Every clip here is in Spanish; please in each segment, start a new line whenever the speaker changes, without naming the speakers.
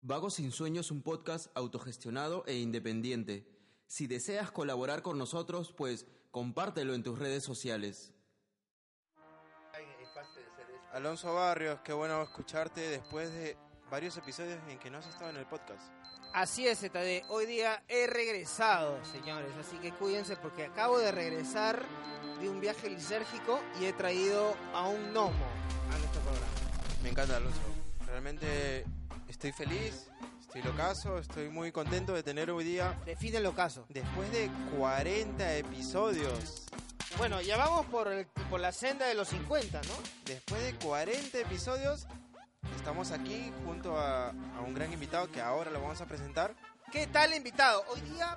Vagos sin Sueño es un podcast autogestionado e independiente. Si deseas colaborar con nosotros, pues compártelo en tus redes sociales.
Alonso Barrios, qué bueno escucharte después de varios episodios en que no has estado en el podcast.
Así es, ZD. Hoy día he regresado, señores. Así que cuídense porque acabo de regresar de un viaje lisérgico y he traído a un gnomo a nuestro programa.
Me encanta, Alonso. Realmente estoy feliz, estoy locazo, estoy muy contento de tener hoy día,
Define el ocaso.
después de 40 episodios,
Bueno, ya vamos por, el- por la senda de los 50, ¿no?
después de 40 episodios, estamos aquí junto a, a un gran invitado que ahora lo vamos a presentar.
¿Qué tal invitado? Hoy día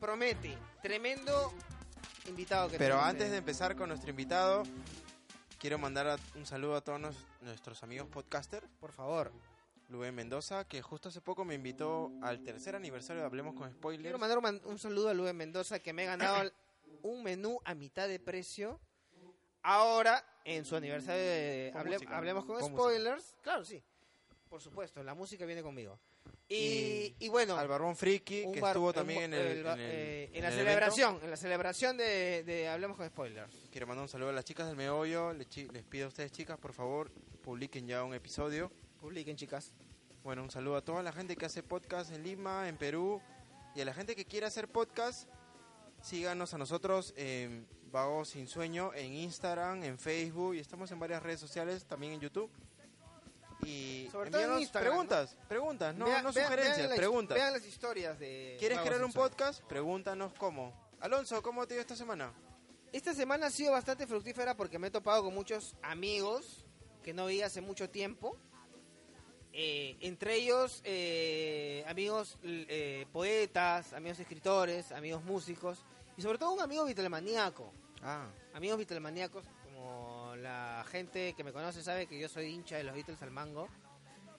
promete. Tremendo invitado que
Pero
tenemos. eh,
antes de empezar con nuestro invitado, quiero mandar a- un saludo a todos nos- nuestros amigos podcaster.
Por favor.
Lubén Mendoza, que justo hace poco me invitó al tercer aniversario de Hablemos con Spoilers.
Quiero mandar un, man- un saludo a Luis Mendoza que me ha ganado un menú a mitad de precio. Ahora, en su aniversario de
Con
Hable-
música.
Hablemos con,
Con
Spoilers. Claro, sí. Por supuesto, la música viene conmigo. Y, y bueno,
al Barbón Friki,
un
que
bar-
estuvo
un-
también en, el,
el ba-
en el-
eh, en
en
la
el
celebración, en la celebración de, de Hablemos con Spoilers.
evento. Quiero mandar un saludo a las chicas del meollo. Les, chi- les pido a ustedes, chicas, por favor, publiquen ya un episodio.
Publiquen, chicas.
Bueno, un saludo a toda la gente que hace podcast en Lima, en Perú. Y a la gente que quiere hacer podcast, síganos a nosotros en Vago Sin Sueño, en Instagram, en Facebook. Y estamos en varias redes sociales, también en YouTube. Y
Sobre todo en
envíanos
Instagram, ¿no?
preguntas, preguntas, no,
Vean-
no
vean-
sugerencias,
vean las-
preguntas.
Vean las historias de.
¿Quieres
Vagos
crear
sin
un
Sueño.
podcast? Pregúntanos cómo. Alonso, ¿cómo te dio esta semana?
Esta semana ha sido bastante fructífera porque me he topado con muchos amigos que no vi hace mucho tiempo. Eh, entre ellos, eh, amigos l- eh, poetas, amigos escritores, amigos músicos y sobre todo un amigo vitelmaníaco.
Ah,
Amigos vitelmaníacos, como la gente que me conoce sabe que yo soy hincha de los Beatles al mango.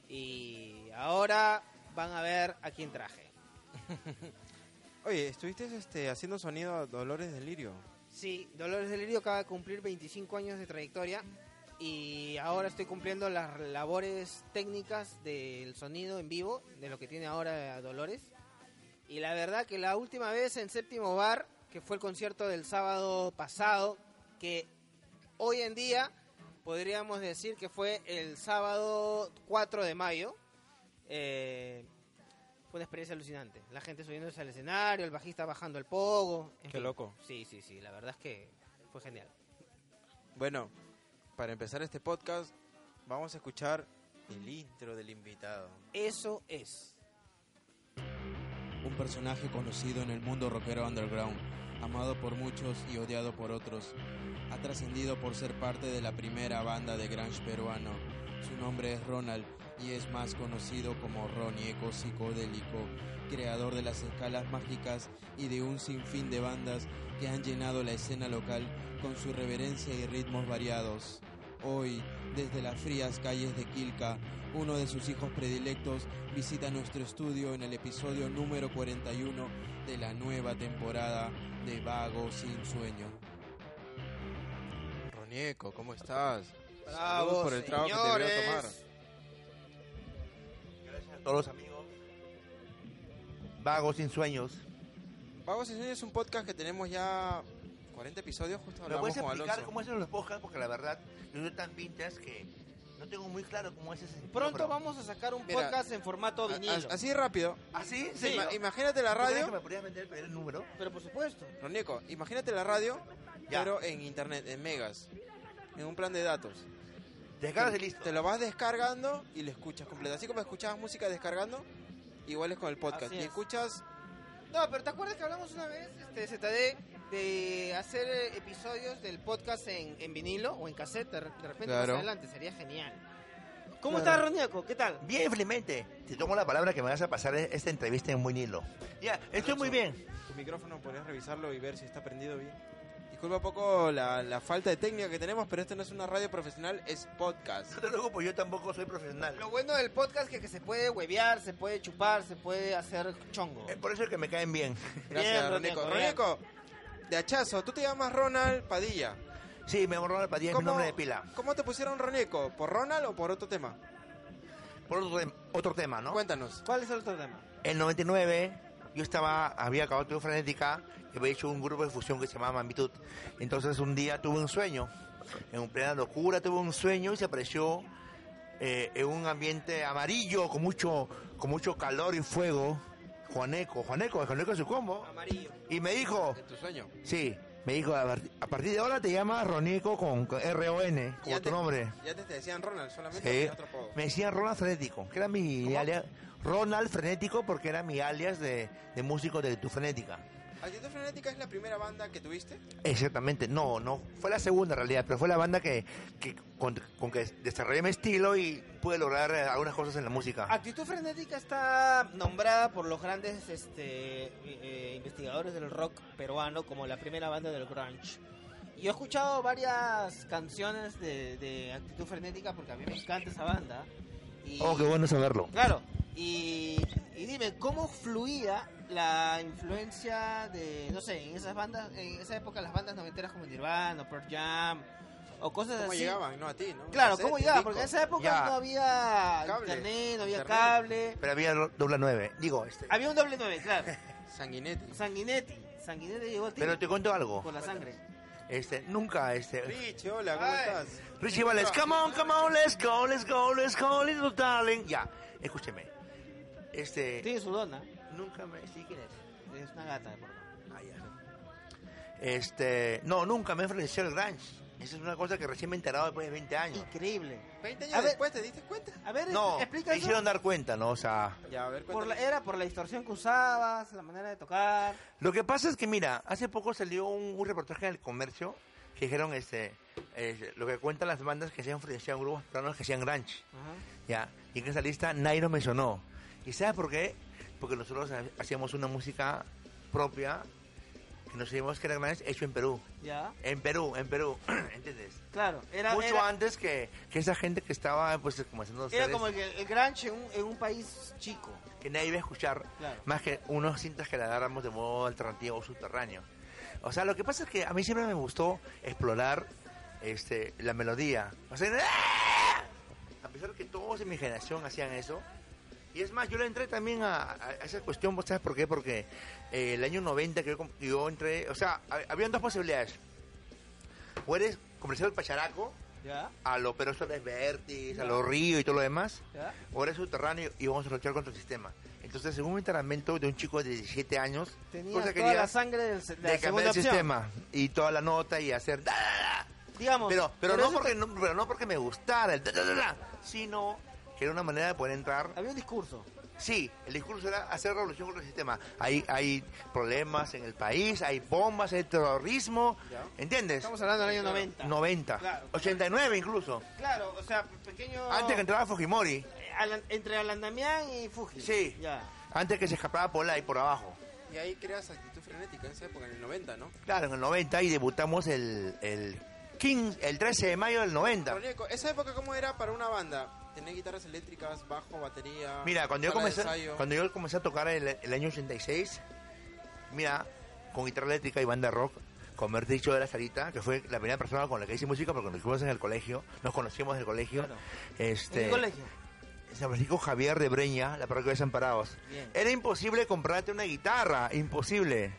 Y ahora van a ver a quién traje.
oye, estuviste este, haciendo sonido a Dolores Delirio.
Sí, Dolores del Lirio acaba de cumplir 25 años de trayectoria y ahora estoy cumpliendo las labores técnicas del sonido en vivo, de lo que tiene ahora Dolores. Y la verdad que la última vez en Séptimo Bar, que fue el concierto del sábado pasado, que hoy en día podríamos decir que fue el sábado 4 de mayo, eh, fue una experiencia alucinante. La gente subiéndose al escenario, el bajista bajando el pogo. en
Qué loco.
Sí, sí, sí, la verdad es que fue genial.
Bueno, para empezar este podcast, vamos a escuchar el intro del invitado.
Eso es.
Un personaje conocido en el mundo rockero underground, amado por muchos y odiado por otros. Ha trascendido por ser parte de la primera banda de grunge peruano. Su nombre es Ronald y es más conocido como Ronnie Eco Psicodélico, creador de las escalas mágicas y de un sinfín de bandas que han llenado la escena local con su reverencia y ritmos variados. Hoy, desde las frías calles de Quilca, uno de sus hijos predilectos visita nuestro estudio en el episodio número 41 de la nueva temporada de Vago sin Sueño.
Ronieco, ¿cómo estás?
Bravo,
Saludos por el trago que te veo tomar.
señores.
Gracias a todos los amigos. Vagos sin sueños.
Vagos y Sueños es un podcast que tenemos ya 40 episodios, justo
¿Me
hablamos
puedes
con
explicar
Alonso.
cómo hacen los podcasts? Porque la verdad, yo soy tan vintage que no tengo muy claro cómo es ese sentido,
Pronto
pero-
vamos a sacar un
Mira,
podcast en formato
A-
vinilo.
a- Así rápido.
¿Ah, sí?
Sí,
Ima-
¿no?
Imagínate la
¿Tú crees
radio.
que me podrías vender pedir el número?
Pero por supuesto.
Ronieco, imagínate la radio,
Ya.
pero en internet, en megas, en un plan de datos.
Descargas y listo.
Te lo vas descargando y lo escuchas completo. Así como escuchabas música descargando, igual es con el podcast.
Así
y
es.
escuchas,
No, pero ¿te acuerdas que hablamos una vez, este, ZD, de hacer eh, episodios del podcast en, en vinilo o en cassette? De, re- de repente
Claro.
más adelante, sería genial. ¿Cómo
Claro.
estás, Roniaco? ¿Qué tal?
Bien, Clemente, te tomo la palabra que me vas a pasar en esta entrevista en buen hilo. Ya, estoy muy bien.
Tu micrófono podrías revisarlo y ver si está prendido bien. Disculpa un poco la, la falta de técnica que tenemos, pero esto no es una radio profesional, es podcast.
No te preocupes, yo tampoco soy profesional.
Lo bueno del podcast es que, que se puede huevear, se puede chupar, se puede hacer chongo.
Eh,
Es Eh, por eso que me caen bien.
Gracias,
Bien,
Roneco.
Roneco,
Roneco, de hachazo, tú te llamas Ronald Padilla.
Sí, me borró la padilla, es mi nombre de pila.
cómo te pusieron Roneco? ¿Por Ronald o por otro tema?
Por otro, tem- otro tema, ¿no?
Cuéntanos.
¿Cuál es el otro tema?
En 99 yo estaba, había acabado de Frenética y había hecho un grupo de fusión que se llamaba Mambitud. Entonces un día tuve un sueño, en plena locura tuve un sueño y se apareció eh, en un ambiente amarillo con mucho, con mucho calor y fuego. Juaneco, Juaneco, Juaneco es su combo.
Amarillo.
Y me dijo,
En tu sueño.
sí, me dijo, a part- a partir de ahora te llamas Roneco con con R-O-N, como
Ya
tu
te-
nombre.
Ya te, te decían Ronald, solamente
Sí.
había otro apodo.
Me decían Ronald Frenético, que era mi alias. Ronald Frenético porque era mi alias de, de músico de Tu Frenética.
Actitud Frenética es la primera banda que tuviste.
Exactamente, no, no. Fue la segunda en realidad, pero fue la banda que, que con, con que desarrollé mi estilo y pude lograr eh, algunas cosas en la música.
Actitud Frenética está nombrada por los grandes este, eh, investigadores del rock peruano como la primera banda del grunge. Yo he escuchado varias canciones de, de Actitud Frenética porque a mí me encanta esa banda. Y,
Oh, qué bueno saberlo.
Claro, y, y dime, ¿cómo fluía la influencia de, no sé, en esas bandas, en esa época las bandas noventeras como Nirvana, Pearl Jam, o cosas
¿Cómo
así?
llegaban? No a ti, ¿no?
Claro,
Cassette,
¿cómo llegaba?
disco.
Porque en esa época
este Ya.
no había
Cable.
internet, no había
Internet.
cable.
Pero había ro- doble nueve, digo, este.
Había un doble 9, claro.
Sanguinetti.
Sanguinetti. Sanguinetti llegó al
Pero te cuento algo,
con la sangre.
este, nunca, este.
Rich, hola, ¿cómo
Ay.
estás?
Richie Valens, come on, come on, let's go, let's go, let's go, little darling. Ya, escúcheme. Este.
Tiene su dona.
Nunca me. ¿Sí quién es?
Es una gata, de por acá.
Ah, ya. Este, no, nunca me influenció el grunge. Esa es una cosa que recién me he enterado después de 20 años.
Increíble.
20
A
años
ver.
después, ¿te diste cuenta?
A ver,
No,
explica
me
eso.
hicieron dar cuenta, ¿no? O sea,
Ya, a ver,
Por la-
cuéntame.
era por la distorsión que usabas, la manera de tocar.
lo que pasa es que, mira, hace poco salió un, un reportaje en el comercio que dijeron, este, eh, lo que cuentan las bandas que se influenciado grupos peruanos que hacían grunge, ¿ya? Y en esa lista nadie nos mencionó. ¿Y sabes por qué? Porque nosotros ha- hacíamos una música propia que nos dijimos que era grunge hecho en Perú.
Ya.
En Perú, en Perú, ¿entiendes?
Claro, era,
mucho
era,
antes que, que esa gente que estaba pues comenzando a hacer
era como
esto,
el, el grunge en un, en un país chico.
que nadie iba a escuchar
Claro.
más que unos cintas que la dáramos de modo alternativo o subterráneo. O sea, lo que pasa es que a mí siempre me gustó explorar este la melodía. O sea, ¡ah! a pesar que todos de mi generación hacían eso. Y es más, yo le entré también a, a- a esa cuestión, ¿vos ¿sabes por qué? Porque eh, el año 90 que yo, com- yo entré, o sea, hab- habían dos posibilidades. O eres comercial pacharaco,
Ya,
a lo pero eso es Vertis, a los Río y todo lo demás.
ya.
Ahora es subterráneo y vamos a luchar contra el sistema. Entonces, según un enteramiento de un chico de 17 años,
Tenía
cosa
toda
quería
la sangre del, se- de la
de cambiar
segunda
el
opción.
sistema y toda la nota y hacer. da, da, da.
Digamos.
Pero, pero, no
eso
porque, no, pero no porque me gustara el da, da, da, da, sino que era una manera de poder entrar
te- Había un discurso.
Sí, el discurso era hacer revolución contra el sistema. Hay, hay problemas en el país, hay bombas, hay terrorismo. ¿Entiendes?
Estamos hablando del año 90.
90.
Claro.
89 incluso.
Claro, o sea, pequeño...
Antes que entraba Fujimori.
Alan- entre Alan Damián y Fuji.
Sí.
Ya.
Antes que se escapaba por ahí por abajo.
Y ahí creas actitud frenética en esa época, en el 90, ¿no?
Claro, en el 90 y debutamos el, el, 15 el 13 de mayo del 90.
Roneco, ¿esa época cómo era para una banda? Tener guitarras eléctricas, bajo, batería.
Mira, cuando yo,
sala de
comencé,
ensayo.
cuando yo comencé a tocar el, el año 86, mira, con guitarra eléctrica y banda rock, con Merticho de la Sarita, que fue la primera persona con la que hice música porque nos conocimos en el colegio, nos conocimos en el colegio.
Claro.
Este,
En el colegio.
San Francisco Javier de Breña, la parroquia de Desamparados.
Bien.
Era imposible comprarte una guitarra, imposible.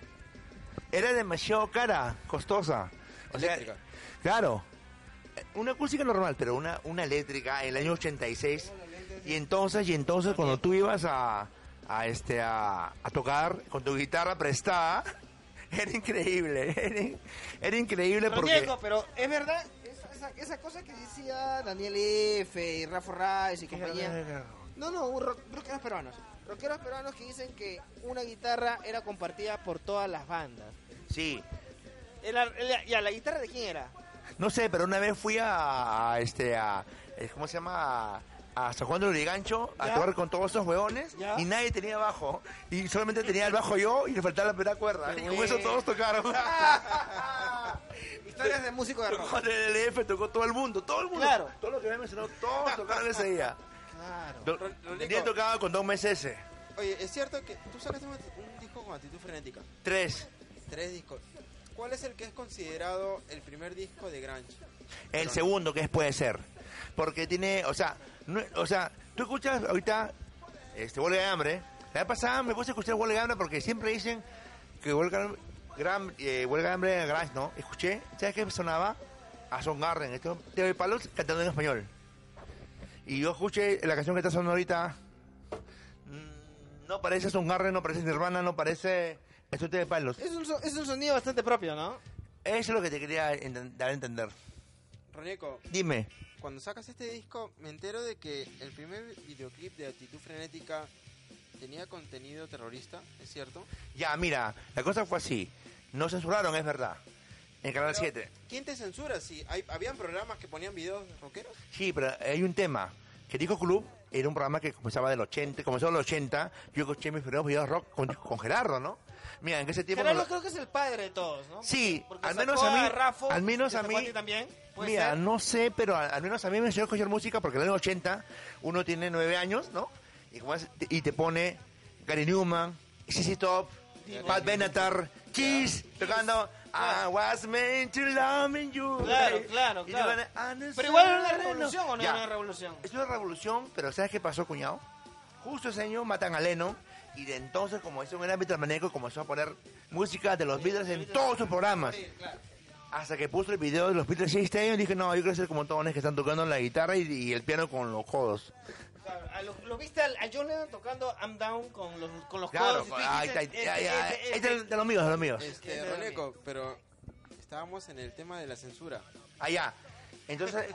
Era demasiado cara, costosa. O sea,
Eléctrica.
claro. eh, Una acústica normal, pero una, una eléctrica en el año 86. Y entonces, y entonces cuando tú ibas a, a este a, a tocar con tu guitarra prestada, era increíble. Era, in- era increíble porque
Roñeco, pero es verdad, esa, esa, esa cosa que decía Daniel F. y Rafa Rice y compañía. No, no, un rock- rockeros peruanos. Rockeros peruanos que dicen que una guitarra era compartida por todas las bandas.
sí,
El ar- el- ya, ¿la guitarra de quién era?
No sé, pero una vez fui a, a este a eh, ¿cómo se llama? A, a San Juan de Lurigancho a
Ya.
tocar con todos estos hueones
Ya.
y nadie tenía bajo. Y solamente tenía el bajo yo y le faltaba la primera cuerda.
Qué
Y con eso
bueno.
todos tocaron.
Historias de músico de
tocó
rock.
el LF, tocó todo el mundo, todo el mundo.
Claro.
Todo lo que me mencionó, todos tocaron ese día.
Claro.
Do-
Ron- Ronico.
Daniel tocaba con dos meses.
Oye, es cierto que tú sacaste un, un disco con actitud frenética.
Tres.
Tres discos. ¿Cuál es el que es considerado el primer disco de Grunge?
El segundo que es puede ser. Porque tiene, o sea, no- o sea, tú escuchas ahorita este Huelga de Hambre. La vez pasada me puse a escuchar Huelga de Hambre porque siempre dicen que Huelga, de Hambre- gran, eh, Huelga de Hambre era Grunge, ¿no? Escuché, ¿sabes qué sonaba? A Son Garden, esto, Teo y Palos cantando en español. Y yo escuché la canción que está sonando ahorita. mm, No parece Son Garden, no parece Nirvana, no parece Esto de Palos.
Es un, so- es un sonido bastante propio, ¿no?
Eso es lo que te quería enten- dar a entender.
Roneco,
Dime.
cuando sacas este disco, me entero de que el primer videoclip de actitud frenética tenía contenido terrorista, ¿es cierto?
Ya, mira, la cosa fue así. No censuraron, es verdad. En Canal
Pero,
7.
¿Quién te censura? Si hay, habían programas que ponían videos rockeros.
Sí, pero hay un tema. Que Disco Club era un programa que comenzaba del 80, comenzó en los 80. Yo escuché mis primeros videos rock con, con Gerardo, ¿no? Mira, en ese tiempo...
Gerardo
cuando-
creo que es el padre de todos, ¿no?
Sí,
Porque
al menos
sacó
a mí-
Raffo,
al menos
¿te
a
sacó
mí-
ti también? ¿Puede
Mira,
ser?
no sé, pero al, al menos a mí me enseñó a escuchar música porque en el año 80 uno tiene 9 años, ¿no? Y, como es- y te pone Gary Newman, CC Top, Pat Benatar, Kiss, tocando I
claro.
was meant to love you.
Claro, claro,
Y
claro.
tocando, "I'm
Pero igual era una
sorry, "Ah, no".
revolución o no
Ya.
era una revolución.
Es una revolución, pero ¿sabes qué pasó, cuñado? Justo ese año matan a Lennon y de entonces, como es un gran maneco, comenzó a poner música de los Beatles en todos sus programas. Hasta que puso el video de los Beatles este año y dije, no, yo quiero ser como todos los que están tocando la guitarra y, y el piano con los codos.
Claro, a lo, lo viste al- a John Lennon tocando I'm Down con los, con los
Claro, pues,
codos. y tú
ahí está,
dijiste, "Este,
ahí está, ahí
este,
está, ahí está
este".
el- de los míos, de los míos.
Este, Roneco, pero estábamos en el tema de la censura.
Allá. Entonces,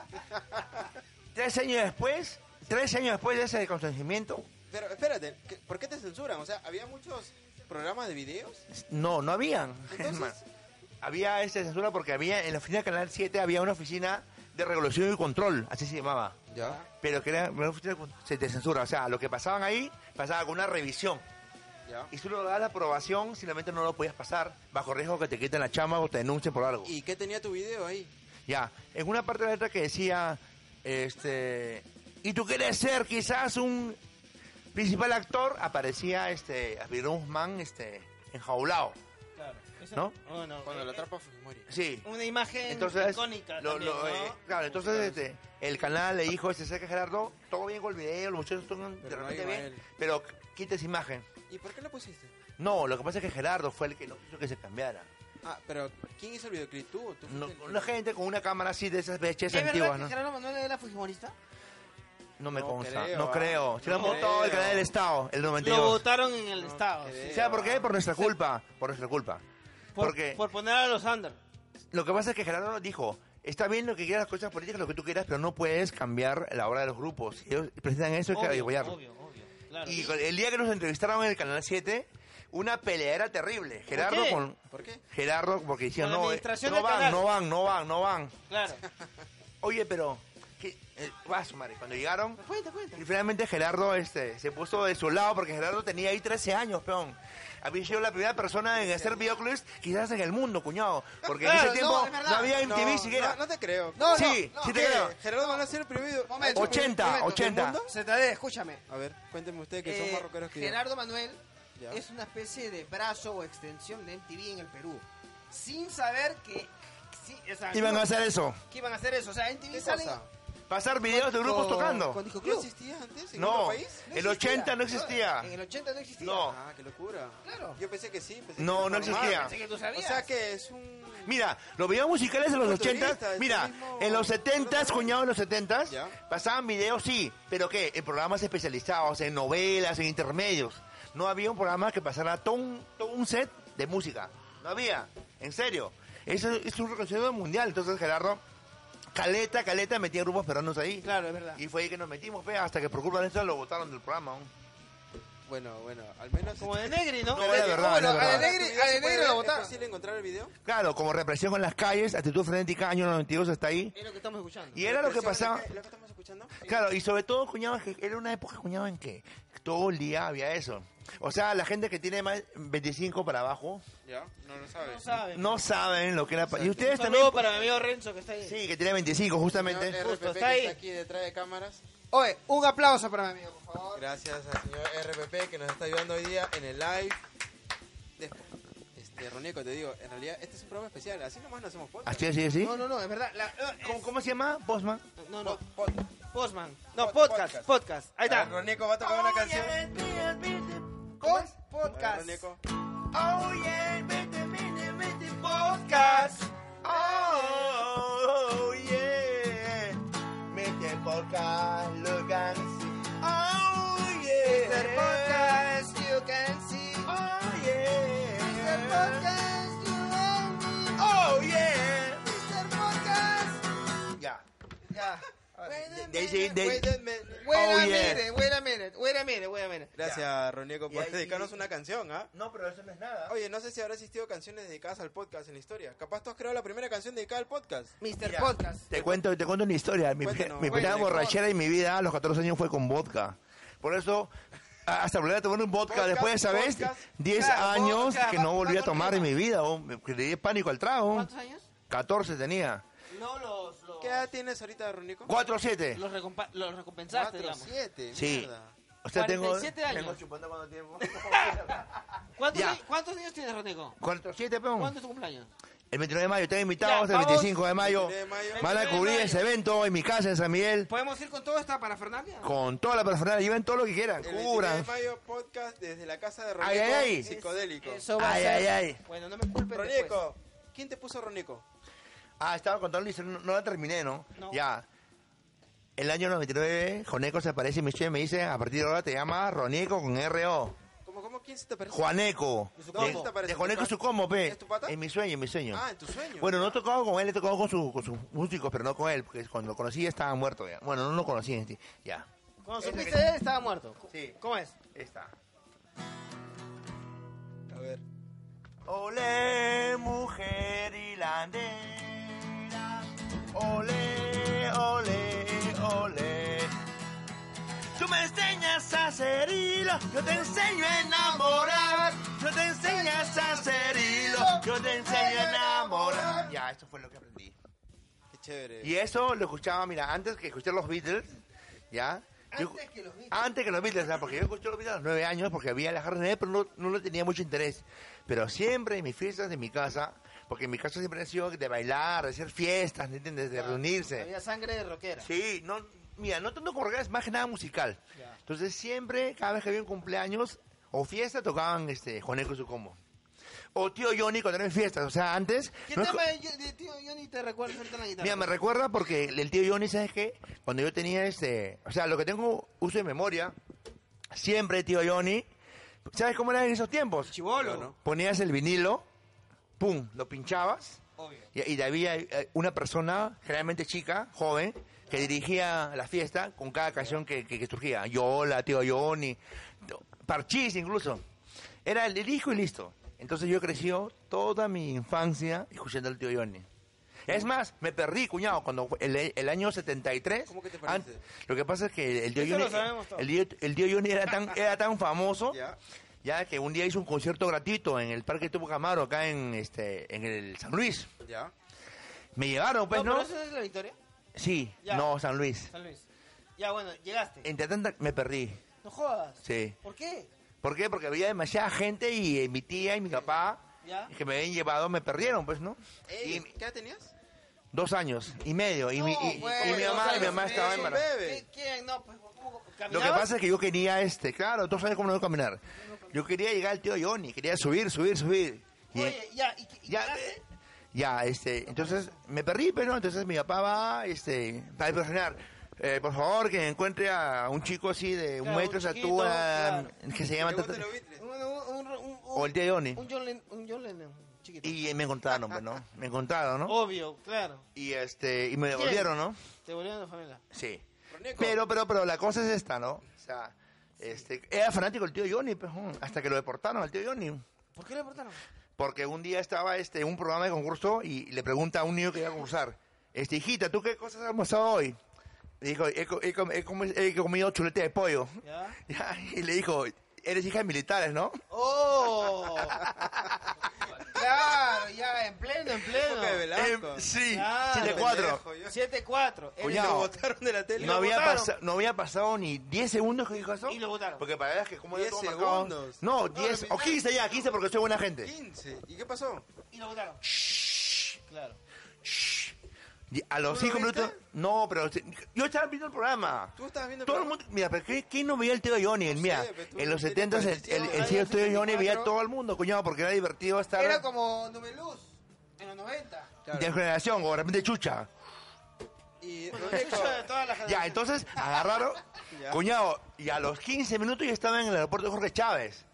tres años después, tres años después de ese consentimiento,
Pero espérate, ¿qué- ¿por qué te censuran? O sea, había muchos programas de videos.
No, no habían.
Entonces-
Man, había esa censura porque había en la oficina de Canal 7 había una oficina de regulación y control, así se llamaba.
Ya.
Pero que era una oficina de con- se- de censura, o sea, lo que pasaban ahí pasaba con una revisión.
Ah, Ya.
Y si uno dabas la aprobación, simplemente no lo podías pasar, bajo riesgo que te quiten la chama o te denuncien por algo.
¿Y qué tenía tu video ahí?
Ya, en una parte de la letra que decía, este, y tú quieres ser quizás un principal actor, aparecía este, Aspirón Guzmán, este, enjaulado,
Claro, eso-
¿no?
Bueno,
Cuando
eh,
la atrapa Fujimori.
Sí.
Una imagen
entonces
icónica.
lo-
también,
lo,
¿no?
eh, claro entonces este, el canal le dijo este saca Gerardo todo bien con el video los muchachos tocan de
Pero no
repente
iba
bien
él.
pero quita esa imagen
¿Y por qué lo pusiste?
no lo que pasa es que Gerardo fue el que no quiso que se cambiara
Ah, pero ¿quién hizo el videoclip? ¿Tú? ¿Tú
No,
fuiste el-
una gente con una cámara así de esas VHS
¿Es verdad
antiguas
que
no
Gerardo Manuel era fujimorista?
no me
No
consta
creo,
no
ah.
creo se
No
lo han votado el
creo.
canal del Estado el
Lo
92
votaron en el
No
Estado.
creo.
sí.
¿sabes por
ah.
qué? por nuestra culpa por nuestra culpa
Por,
porque
por poner a los under.
Lo que pasa es que Gerardo dijo, está bien lo que quieras, las cosas políticas, lo que tú quieras, pero no puedes cambiar la hora de los grupos. Ellos presentan eso hay que
Obvio,
apoyarlo.
obvio, obvio. Claro.
Y con- el día que nos entrevistaron en el Canal 7, una peleadera terrible. Gerardo
qué?
con...
¿Por qué?
Gerardo, porque decían,
Con la
no, eh,
administración
no
del
van,
canal".
no van, no van, no van.
Claro.
Oye, pero... ¿qué? Eh, vas, madre. Cuando llegaron,
Cuenta, cuenta.
y finalmente Gerardo este, se puso de su lado porque Gerardo tenía ahí 13 años, peón. Había sido la primera persona en hacer videoclips quizás en el mundo, cuñado. Porque en
Claro,
ese tiempo
no,
no,
es verdad.
había MTV siquiera.
No, no te creo.
No,
sí,
no,
sí te
¿qué?
creo.
Gerardo van a hacer el primer video.
Momento,
80,
momento.
80.
¿El mundo? ZD, escúchame.
A ver, cuénteme usted que son
Eh,
más rockeros que yo.
Gerardo Manuel
Ya.
es una especie de brazo o extensión de MTV en el Perú. Sin saber que... sí, o sea,
Iban
no-
a hacer eso.
que iban a hacer eso. O sea, MTV
¿Qué
salen
cosa?
Pasar videos de grupos
con-
tocando.
Con disco
¿No
club.
existía antes en otro
no,
país?
el 80 no existía.
En el 80 no existía.
No.
Ah, qué locura.
Claro.
Yo pensé que sí. pensé
No,
que era normal.
no existía.
Pensé que tú sabías.
O sea que es un...
Mira, los videos musicales de los
Futurista,
80,
es
mira,
el mismo-
en los 70,
otro-
cuñado en los 70,
Ya.
pasaban videos, sí, pero ¿qué? En programas especializados, en novelas, en intermedios. No había un programa que pasara todo un, todo un set de música. No había, en serio. Eso es un reconocimiento mundial. Entonces, Gerardo, caleta, caleta, metía grupos peruanos ahí.
Claro, es verdad.
pues, Y fue ahí que nos metimos, pe, hasta que por culpa de eso lo botaron del programa. ¿no?
Bueno, bueno, al menos...
Como de Negri, ¿no?
No, era verdad,
Bueno,
era
a de
verdad.
Negri, a de Negri lo
¿Es
votaron.
posible encontrar el video?
Claro, como represión en las calles, actitud frenética, año 92 está ahí.
Es lo que estamos escuchando.
Y era lo que
¿Represión
pasaba.
¿Lo que estamos escuchando?
Claro, y sobre todo, cuñado, que era una época, cuñado, en que todo el día había eso. O sea, la gente que tiene más 25 para abajo
Ya, no lo
No
sabes.
saben.
no saben lo que era. pa- Y ustedes
Un
también.
saludo para mi amigo Renzo que está ahí.
Sí, que tiene 25, justamente.
Señor
Justo,
RPP
está
que
ahí.
está aquí detrás de cámaras.
Oye, un aplauso para mi amigo, por favor.
Gracias al señor RPP que nos está ayudando hoy día en el live. Después, este, Ronieco, te digo, en realidad este es un programa especial, así nomás no hacemos podcast.
Así, así, así.
No, no, no, es verdad. la- no, es-
¿Cómo, cómo se llama? Postman.
No, no,
Pod- podcast.
Postman. No,
Pod-
podcast,
podcast.
podcast. Ahí
A
Ah,
está.
ver, Ronieco va a tocar una canción.
¿Cómo es?
A ver,
Podcast.
Ronieco.
Oh, yeah, vete, vete, vete, podcast. Oh, yeah. Mete podcast, Logan. Oh, yeah.
Mr. Podcast, you can see.
Oh, yeah.
Mr. Podcast, you can see.
Oh, yeah.
Mr. Podcast.
Ya.
Ya.
De ahí sí, de ahí-
Wait a minute.
Wait
Oh,
a
yeah.
minute, wait a minute, wait a minute, wait a minute.
Gracias, Ronieco,
Y
por
ahí sí.
dedicarnos una canción, ¿ah?
No, pero eso no es nada.
Oye, no sé si habrá existido canciones dedicadas al podcast en la historia. Capaz tú has creado la primera canción dedicada al podcast.
Mr.
Mira.
Podcast.
Te cuento, te cuento una historia. Mi,
Cuéntanos.
mi primera
Cuéntanos.
borrachera en mi vida a los 14 años fue con vodka. Por eso, a- hasta volver a tomar un vodka
Vodka,
después de esa vez,
vodka.
10
Claro,
años
vodka,
que
va-
no volví
va
a tomar en
contigo.
mi vida. oh, me- que Le di pánico al trago.
¿Cuántos años?
14 tenía.
No, los, los,
¿Qué edad tienes ahorita, Ronico?
4-7.
los, recompa- los recompensaste, digamos.
7.
Sí. O sea, tengo.
47 años.
chupando cuánto tiempo.
¿Cuántos,
Ya.
ni- ¿Cuántos años tienes, Roneco?
47, peón.
¿Cuándo es tu cumpleaños?
El 29 de mayo, tengo invitados.
Ya,
el
vamos.
25 de mayo.
29 de mayo.
Van a
29 de
cubrir
mayo.
ese evento en mi casa en San Miguel.
¿Podemos ir con toda esta parafernalia?
Con toda la personalidad. Lleven todo lo que quieran.
El 29 de
Cubran.
mayo podcast desde la casa de Ronico.
Ay, ay, ay.
Psicodélico.
Eso va a
Ay,
ser-
ay, ay.
Bueno, no me culpen
Ronico, ¿quién te puso Ronico?
Ah, estaba contando la historia, no, no la terminé, ¿no?
No.
Ya. El año 99, Joneco se aparece y me dice- me dice, a partir de ahora te llama Ronieco con R.O.
¿Cómo, cómo, quién se te apareció?
Juaneco.
¿Y su
De,
combo? ¿Te aparece
de
tu
Juaneco
pata?
su combo, pe.
¿Es tu pata?
En mi sueño, en mi sueño.
Ah, en tu sueño.
Bueno, no he tocado con él, he tocado con, su- con sus músicos, pero no con él, porque cuando lo conocí ya estaba muerto ya. Bueno, no lo conocí, en sí, ya.
Cuando
Ese
supiste
que-
de él, estaba muerto.
Sí.
¿Cómo es?
Está.
A ver.
Olé, mujer hilandera. Olé, olé, olé. Tú me enseñas a ser hilo, yo te enseño a enamorar. Yo te enseñas a ser hilo, yo te enseño a enamorar. Ya, esto fue lo que aprendí.
Qué chévere.
Y eso lo escuchaba, mira, antes que escuchar los Beatles, ¿ya? Yo-
Antes que los Beatles.
Antes que los Beatles, ¿sabes? porque yo escuché los Beatles a los nueve años, porque había la Harry pero no, no le tenía mucho interés. Pero siempre en mis fiestas de mi casa, porque en mi casa siempre ha sido de bailar, de hacer fiestas, ¿me entiendes? De reunirse.
Había sangre de rockera.
Sí, no, mira, no tanto como reggae, es más que nada musical.
Ya.
Entonces siempre, cada vez que había un cumpleaños o fiesta, tocaban este, Joneco y su combo. O tío Johnny cuando eran fiestas, o sea, antes...
¿Qué
no es co-
tema de, yo- de tío Johnny te recuerda ahorita en la guitarra?
Mira, me recuerda porque el tío Johnny, ¿sabes qué? Cuando yo tenía este... O sea, lo que tengo uso de memoria, siempre tío Johnny... ¿Sabes cómo era en esos tiempos?
Chibolo,
No, no.
Ponías el vinilo, pum, lo pinchabas
Obvio.
y, y había eh, una persona, generalmente chica, joven, que dirigía la fiesta con cada canción que, que, que surgía. Yola, tío Johnny, to- Parchís incluso. Era el el hijo y listo. Entonces yo crecí toda mi infancia escuchando al tío Johnny. Es más, me perdí, cuñado, cuando fue el, el año 73.
¿Cómo que te
an-
perdiste?
Lo que pasa es que el tío
Eso
Johnny,
lo sabemos todos.
el, tío- el tío Johnny era tan, era tan famoso
Ya.
ya que un día hizo un concierto gratuito en el Parque Tupucamaro, acá en este en el San Luis.
Ya.
Me llevaron, pues,
no,
¿no?
pero eso es la victoria.
Sí,
Ya.
no, San Luis.
San Luis. Ya, bueno, llegaste.
Entre tanta, me perdí.
No jodas.
Sí.
¿Por qué?
¿Por qué? Porque había demasiada gente y eh, mi tía y mi papá,
Ya.
que me habían llevado, me perdieron, pues, ¿no?
Ey,
Y
¿Qué edad tenías?
dos años y medio. Y, mi,
No,
y- y-
pues,
y mi
dos
mamá, y mi
años
mamá
y
estaba
medio.
embarazada.
Bebe.
¿Qué- ¿Quién? No, pues, ¿cómo
Lo que pasa es que yo quería, este, claro, tú sabes cómo no caminar. Yo quería llegar al tío Johnny, quería subir, subir, subir. Y-
Oye, ya, ¿y, qué- y
Ya,
llegaste?
eh, ya, este, entonces me perdí, pero entonces mi papá va, este, va a presionar. eh, por favor, que encuentre a un chico así de un
Claro,
metro
un
de
chiquito,
altura que se llama
¿Te
tata-
gustan los Beatles?
Un, un, un, un-
o el tío Johnny.
un John Lennon, un John Lennon chiquito.
Y me encontraron, pues, ¿no? Me encontraron, ¿no?
Obvio, claro.
Y este, y me devolvieron, ¿no?
Te volvieron a la familia.
Sí.
Roneco.
Pero, pero, pero la cosa es esta, ¿no? O sea, Este, era fanático del tío Johnny, pues, mm, hasta que lo deportaron al tío Johnny.
¿Por qué le portaron?
Porque un día estaba este, en un programa de concurso y le pregunta a un niño que iba a concursar, este, hijita, ¿tú qué cosas has almorzado hoy? Y dijo, he, co- he com- he comi- he comido chuleta de pollo.
¿Ya?
Ya, Y le dijo, eres hija de militares, ¿no?
¡Oh! claro, ya, en pleno, en pleno.
Época de Velasco.
Em, sí,
Claro.
7-4.
Pendejo, yo-
7-4. Él
Cuñado.
lo votaron de la tele.
No
Lo
había,
votaron.
pasa- no había pasado ni 10 segundos que dijo eso.
Y lo votaron.
Porque para ver que como
10 segundos. No,
No, 10
lo
o 15 ya, 15 porque soy buena gente.
15. ¿Y qué pasó?
Y lo votaron. Claro.
Y A los
¿Tú lo
5
viste?
minutos. No, pero se- yo estaba viendo el programa.
Tú estabas viendo
Todo el mundo, mira, pero ¿qué- ¿quién no veía el tío Johnny?
No
mira,
sé, pues, tú
en
tienes
los 70 el, el,
47,
el
años,
tío Johnny veía a
64.
todo el mundo, cuñado, porque era divertido estar
Era como Nubeluz en los 90.
de generación o de repente chucha.
Y
Chucho de toda la
Pues, Ya,
generación.
entonces agarraron,
Ya.
cuñado, y a los 15 minutos ya estaba en el aeropuerto de Jorge Chávez.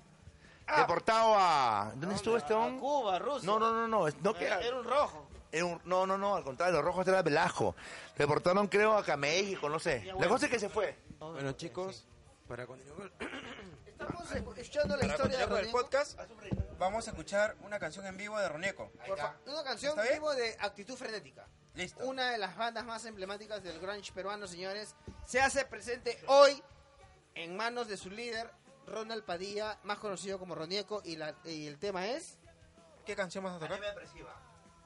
Ah.
Deportado a. ¿Dónde estuvo este
A
hombre?
Cuba, Rusia.
No, no, no, no. es- no que
Era, era un rojo.
era un- no, no, no, al contrario, los rojos era Velasco. Deportaron, creo, acá a México, no sé. La cosa es que se fue.
Bueno, chicos, para continuar con-
Estamos escuchando la
para
historia de
continuar con el
Rodrigo.
podcast, vamos a escuchar una canción en vivo de Ronieco.
Por fa- Una canción
¿Está bien?
vivo de actitud frenética.
Listo.
Una de las bandas más emblemáticas del grunge peruano, señores, se hace presente hoy en manos de su líder, Ronald Padilla, más conocido como Ronieco, y, la- y el tema es...
¿Qué canción vas a tocar?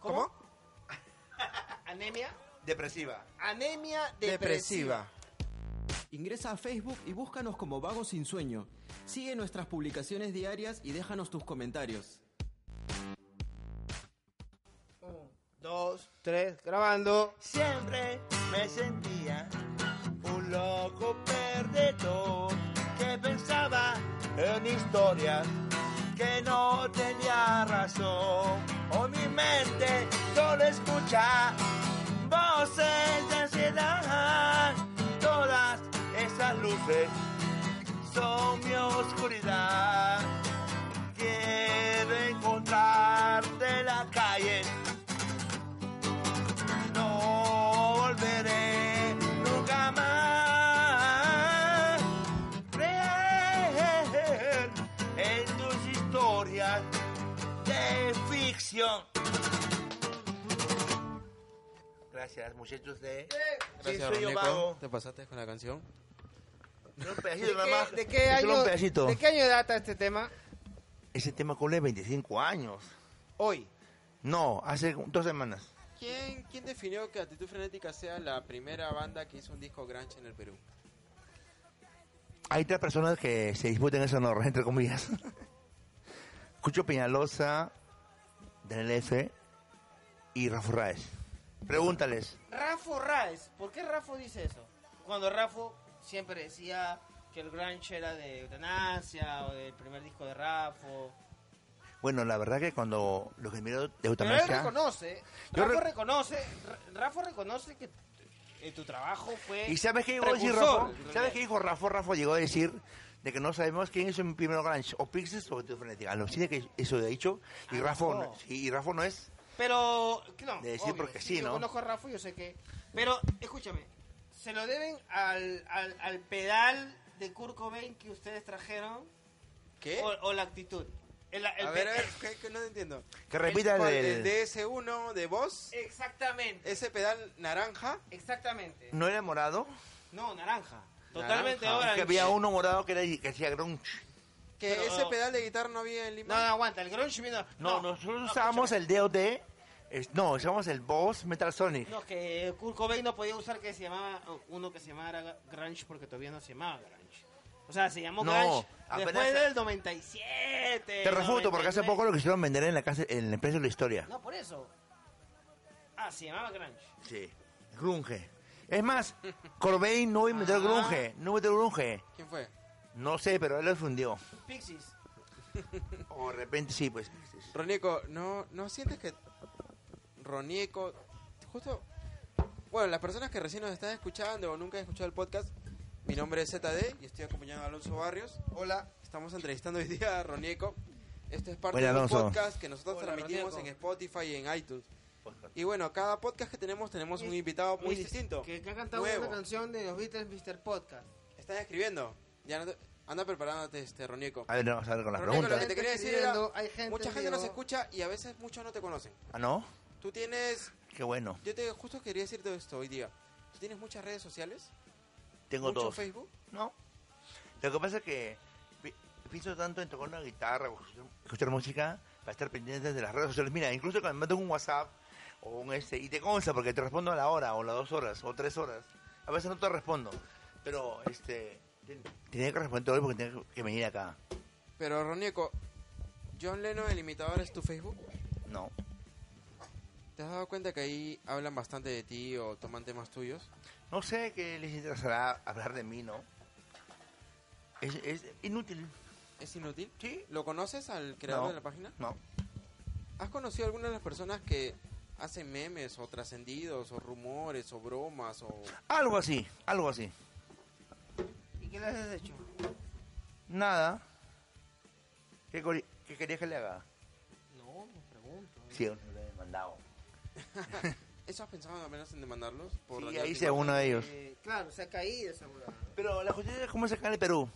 ¿Cómo? Anemia.
Depresiva.
Anemia depresiva.
Depresiva.
Ingresa a Facebook y búscanos como Vagos Sin Sueño. Sigue nuestras publicaciones diarias y déjanos tus comentarios.
Un, dos, tres, grabando.
Siempre me sentía un loco perdedor que pensaba en historias que no tenía razón. Hoy mi mente solo escucha voces de ansiedad. Todas esas luces son mi oscuridad. Quiero encontrar de la calle no volveré nunca más. Creer en tus historias de ficción. Gracias, muchachos de Sí,
Gracias,
soy yo,
Ronieco.
vago.
¿Te pasaste con la canción?
Un
¿De
pedacito nada más.
qué, de qué
Solo
año,
un pedacito.
¿De qué año data este tema?
Ese tema cumple 25 años.
Hoy.
No, hace dos semanas.
¿Quién, ¿Quién definió que Actitud Frenética sea la primera banda que hizo un disco grunge en el Perú?
Hay tres personas que se disputan ese honor, entre comillas. Cucho Peñalosa, Daniel F. y Rafa Raez. Pregúntales.
Rafa Raes, ¿por qué Rafa dice eso? Cuando Rafa siempre decía que el grunge era de eutanasia o del primer disco de Rafa.
Bueno, la verdad que cuando los gemelos de
Pero él
eutanasia...
reconoce,
Yo
Rafa
re-
reconoce, Ra- Rafa reconoce que eh, tu trabajo fue
¿Y sabes qué llegó a decir
precursor,
Rafa?
en realidad.
¿Sabes qué dijo Rafa? Rafa llegó a decir de que no sabemos quién hizo mi primer grunge, o Pixies o Actitud Frenética. Lo sí que eso de dicho, y
Ah,
Rafa,
no.
no- sí, y Rafa no es...
Pero, que no,
De decir porque sí,
yo
¿no?
conozco a Rafa, yo sé que... Pero, escúchame, se lo deben al, al, al pedal de Kurt Cobain que ustedes trajeron
¿Qué?
o, o la actitud. El- el
a
pe-
ver, a ver, ¿qué, qué no entiendo?
Que repita
¿Cuál?
el-
el DS1 de voz,
Exactamente,
ese pedal naranja.
exactamente.
¿No era morado?
No, naranja. Totalmente
Naranja.
ahora.
Que había uno morado que, era, que hacía grunge.
Que
Pero-
ese pedal de guitarra no había en
No, no,
Lima.
aguanta, el grunge vino...
No, nosotros usábamos el DOD. es- no, usábamos el Boss Metal Sonic.
No, que Kurt Cobain no podía usar que se llamaba uno que se llamara Grunge porque todavía no se llamaba Grunge. O sea, se llamó
No,
Grunge
apenas-
después del 97.
Te refuto porque hace poco lo quisieron vender en la casa, en la empresa de la historia.
No, por eso. Ah, se llamaba Grunge.
Sí. Grunge. Es más, Corbein no inventó el
Ah.
grunge, no inventó el grunge.
¿Quién fue?
No sé, pero él lo fundió.
Pixies.
O de repente sí, pues.
Ronieco, ¿no, ¿no sientes que Ronieco, justo, bueno, las personas que recién nos están escuchando o nunca han escuchado el podcast, mi nombre es ZD y estoy acompañado de Alonso Barrios. Hola, estamos entrevistando hoy día a Ronieco. Esto es parte
Hola,
del
Alonso.
podcast que nosotros
Hola,
transmitimos
Ronieco.
en Spotify y en iTunes. Y bueno, cada podcast que tenemos tenemos un invitado muy distinto.
Que, que ha cantado
nuevo.
una canción de los Beatles, Mr. Podcast.
Estás escribiendo. Ya no te- Anda preparándote, este, Ronieco.
A ver, vamos a ver con las
Ronieco, lo que
preguntas.
te quería decir era,
Escribiendo, hay gente,
mucha gente nos
digo-
escucha y a veces muchos no te conocen.
¿Ah, no?
Tú tienes,
Qué bueno.
yo te justo quería decirte esto hoy día. Tú tienes muchas redes sociales,
Tengo
mucho
dos.
Facebook.
No. Lo que pasa es que pi- pienso tanto en tocar una guitarra o escuchar- escuchar música para estar pendientes de las redes sociales. Mira, incluso cuando me mando un WhatsApp o un este, y te consta porque te respondo a la hora o las dos horas o tres horas. A veces no te respondo, pero este ten- tenía que responder hoy porque tenía que venir acá.
Pero, Ronieco, John Lennon, el imitador, es tu Facebook.
No.
¿Te has dado cuenta que ahí hablan bastante de ti o toman temas tuyos?
No sé qué les interesará hablar de mí, ¿no? Es, es inútil.
¿Es inútil?
¿Sí?
¿Lo conoces al creador
No.
de la página?
No.
¿Has conocido a alguna de las personas que hacen memes o trascendidos o rumores o bromas o
Algo así, algo así.
¿Y qué le has hecho?
Nada. ¿Qué, cori- qué querías que le haga?
No, me pregunto.
Sí, no lo he mandado.
eso has pensado al menos en demandarlos por
Sí,
dañar
ahí
tu
se
imagen?
uno de ellos.
Eh, claro, se ha caído esa huevada.
Pero la justicia es como se acá en el Perú.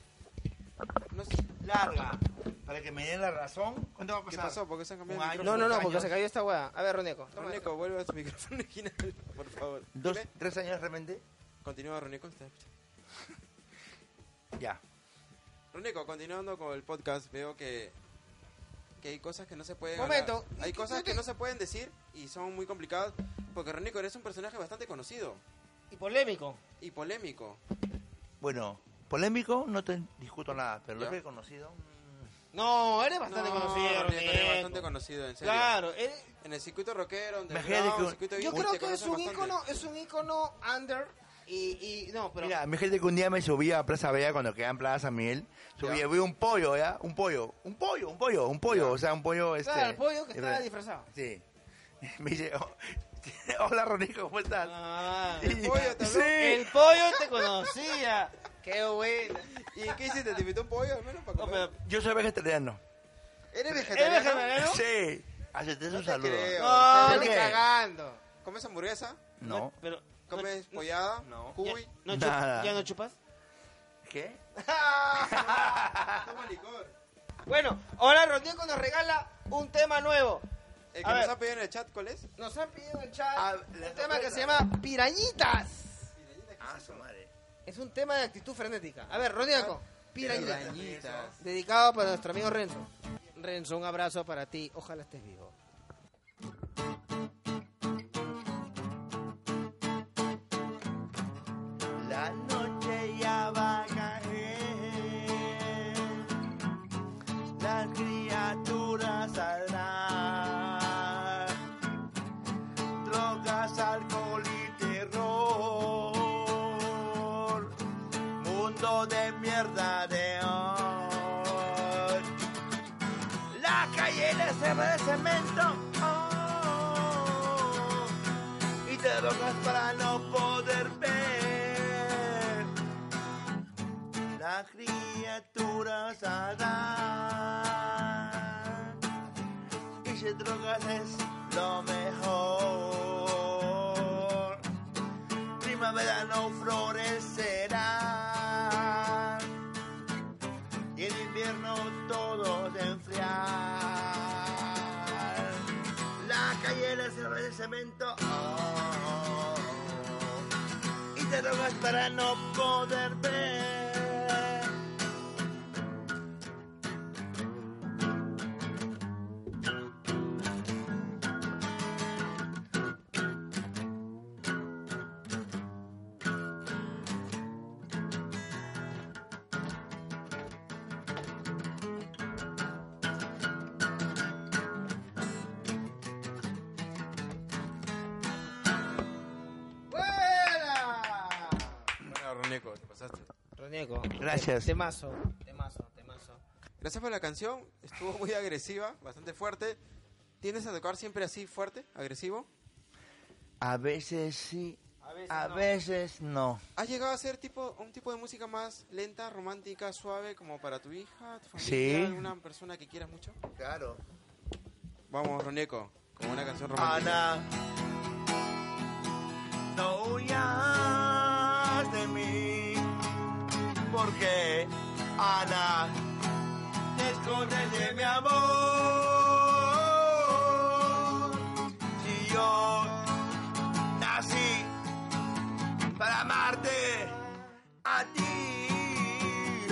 No sé,
Larga. Para que me den la razón. ¿Cuánto va a
¿Qué
pasar?
pasó? ¿Por qué se han cambiado
Un
el
año.
micrófono?
No, no, no,
Años.
porque se cayó esta hueá. A ver, Roneco. toma
Roneco, vuelve a tu micrófono original, por favor.
¿Dos,
Dime.
tres años realmente?
Continúa, Roneco. te escucho.
Ya.
Roneco, continuando con el podcast, veo que, que hay cosas que no se pueden
Momento.
hablar. Hay cosas que no se pueden decir y son muy complicadas porque Roneco eres un personaje bastante conocido
Y polémico.
y polémico.
Bueno, polémico, no te discuto nada. Pero
Ya.
lo que he conocido. mm,
No, eres bastante
No,
conocido,
Roneco, eres
Roneco.
bastante conocido, en serio.
Claro, eres-
En el circuito rockero, donde
Imagínate que un-
yo creo que es un ícono, es un ícono under y, y no, pero
Mira, mi gente que un día me subía a Plaza Bella cuando quedaba en Plaza San Miguel. Subía,
Ya.
vi un pollo, ¿ya? Un pollo, un pollo, un pollo, un pollo. O sea, un pollo este.
claro, el pollo que estaba disfrazado.
Sí. Me dice, "Oh, hola Ronico, ¿cómo estás?
Ah,
Sí.
el pollo te habló.
Sí.
el pollo te conocía. Qué bueno.
¿Y qué hiciste? ¿Te invitó un pollo al menos para
No,
comer?
pero
Yo soy vegetariano.
¿Eres
¿Eres
vegetariano?
vegetariano?
Sí. Acepté su
te
saludo.
creo.
No,
¿Por
ni
qué?
cagando.
¿Comes hamburguesa?
No.
Pero
¿Comes pollada?
No.
¿Ya,
¿Cuy?
no chup-
Nada.
¿Ya no chupas?
¿Qué?
Toma licor.
Bueno, ahora Rodrigo nos regala un tema nuevo.
El
A
que
ver.
nos ha pedido en el chat, ¿cuál es?
Nos han pedido en el chat
Ah,
un
la
tema que
sorpresa.
se llama Pirañitas.
Ah, su madre.
Es un tema de actitud frenética. A ver, Rodrigo, Pirañitas.
Pirañitas.
Dedicado para nuestro amigo Renzo. Renzo, un abrazo para ti. Ojalá estés vivo.
La noche ya va a caer, las criaturas saldrán, drogas, alcohol y terror, mundo de mierda de hoy. La calle le cerré de cemento. oh, y te drogas para no poder ver. Las criaturas saldrán y se drogas es lo mejor. Primavera no florecerá y en invierno todo se enfriar. La calle la cerró de cemento oh, y te drogas para no poder ver.
¡Buena!
Bueno, Roneco, te pasaste.
Ronieco. eh,
Gracias.
Temazo, temazo, temazo.
Gracias por la canción. Estuvo muy agresiva, bastante fuerte. ¿Tiendes a tocar siempre así, fuerte, agresivo?
A veces sí,
A veces
a
no.
veces no.
¿Has llegado a hacer tipo, un tipo de música más lenta, romántica, suave, como para tu hija, tu familia,
Sí.
alguna persona que quieras mucho?
Claro.
Vamos, Roneco, con una canción romántica.
Ana, no huyas de mí, porque Ana. Descóndete mi amor. Si yo nací para amarte a ti,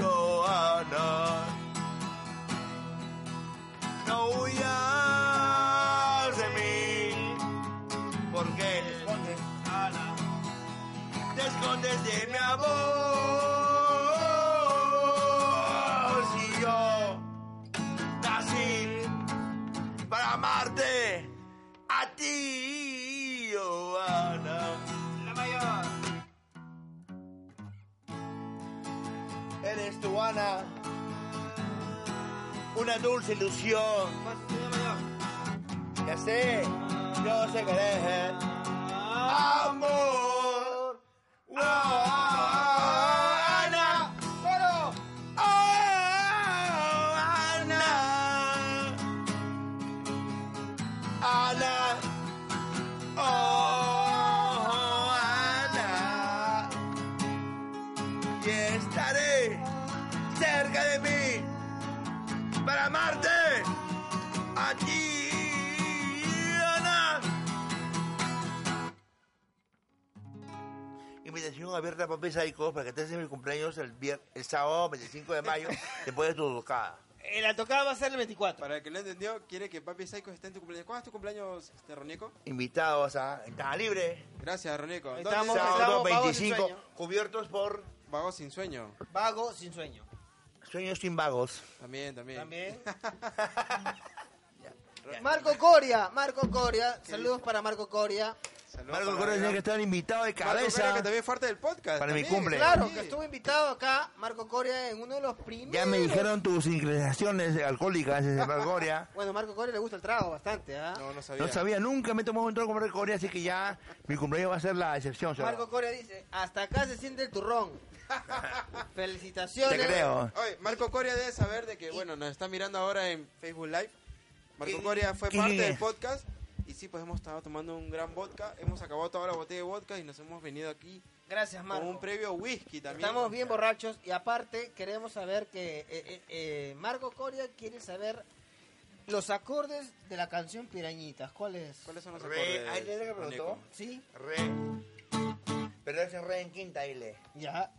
oh Ana. No huyas de mí, porque te escondes, Ana. Te escondes de mi amor. Si yo nací para amarte a ti, oh Ana. La mayor. Eres tu Ana. Una dulce ilusión. Ya sé, yo sé que eres amor. Ana, pero Ana, Ana, oh Ana, y estaré cerca de mí para amarte a ti, Ana. Invitación abierta para Pisa y Cos para que estés en mi cumpleaños el, vier- el sábado 25 de mayo después de tu tocada.
Eh, La tocada va a ser el 24.
Para el que lo entendió, quiere que Papi Psycho esté en tu cumpleaños. ¿Cuándo es tu cumpleaños, este, Ronico?
Invitados a Entrada Libre,
Gracias, Ronico. ¿Dónde
Estamos-
es?
sábado
estamos vagos sin
25,
sueño.
cubiertos por
Vago sin sueño.
Vago sin sueño.
Sueños Sin Vagos.
También, también.
También. Marco Coria, Marco Coria. Saludos para Marco Coria.
Saludos
Marco
para
Correa
Gran-
tiene que estar invitado de
Marco Correa,
cabeza.
que también es parte del podcast.
Para mi
también.
cumple.
Claro,
Sí.
que estuvo invitado acá Marco Coria en uno de los primeros.
Ya me dijeron tus inclinaciones alcohólicas desde Margoria.
Bueno, Marco Coria le gusta el trago bastante, ¿ah?
No, no sabía.
No sabía, nunca me he tomado un trago con Margoria, así que ya mi cumpleaños va a ser la excepción. señor.
Marco Coria dice, hasta acá se siente el turrón.
Te
Felicitaciones.
creo.
Oye, Marco Coria debe saber de que, bueno, nos está mirando ahora en Facebook Live. Marco
¿Qué-
Coria fue
qué-
parte del podcast. Y sí, pues hemos estado tomando un gran vodka. Hemos acabado toda la botella de vodka y nos hemos venido aquí
Gracias,
con
Marco.
un previo whisky también.
Estamos bien borrachos y aparte queremos saber que eh, eh, eh, Marco Coria quiere saber los acordes de la canción Pirañitas. ¿Cuál es?
¿Cuáles son los
Re-
acordes?
ahí le preguntó.
Nico?
¿Sí?
Re. Pero es re en quinta, dile.
Ya.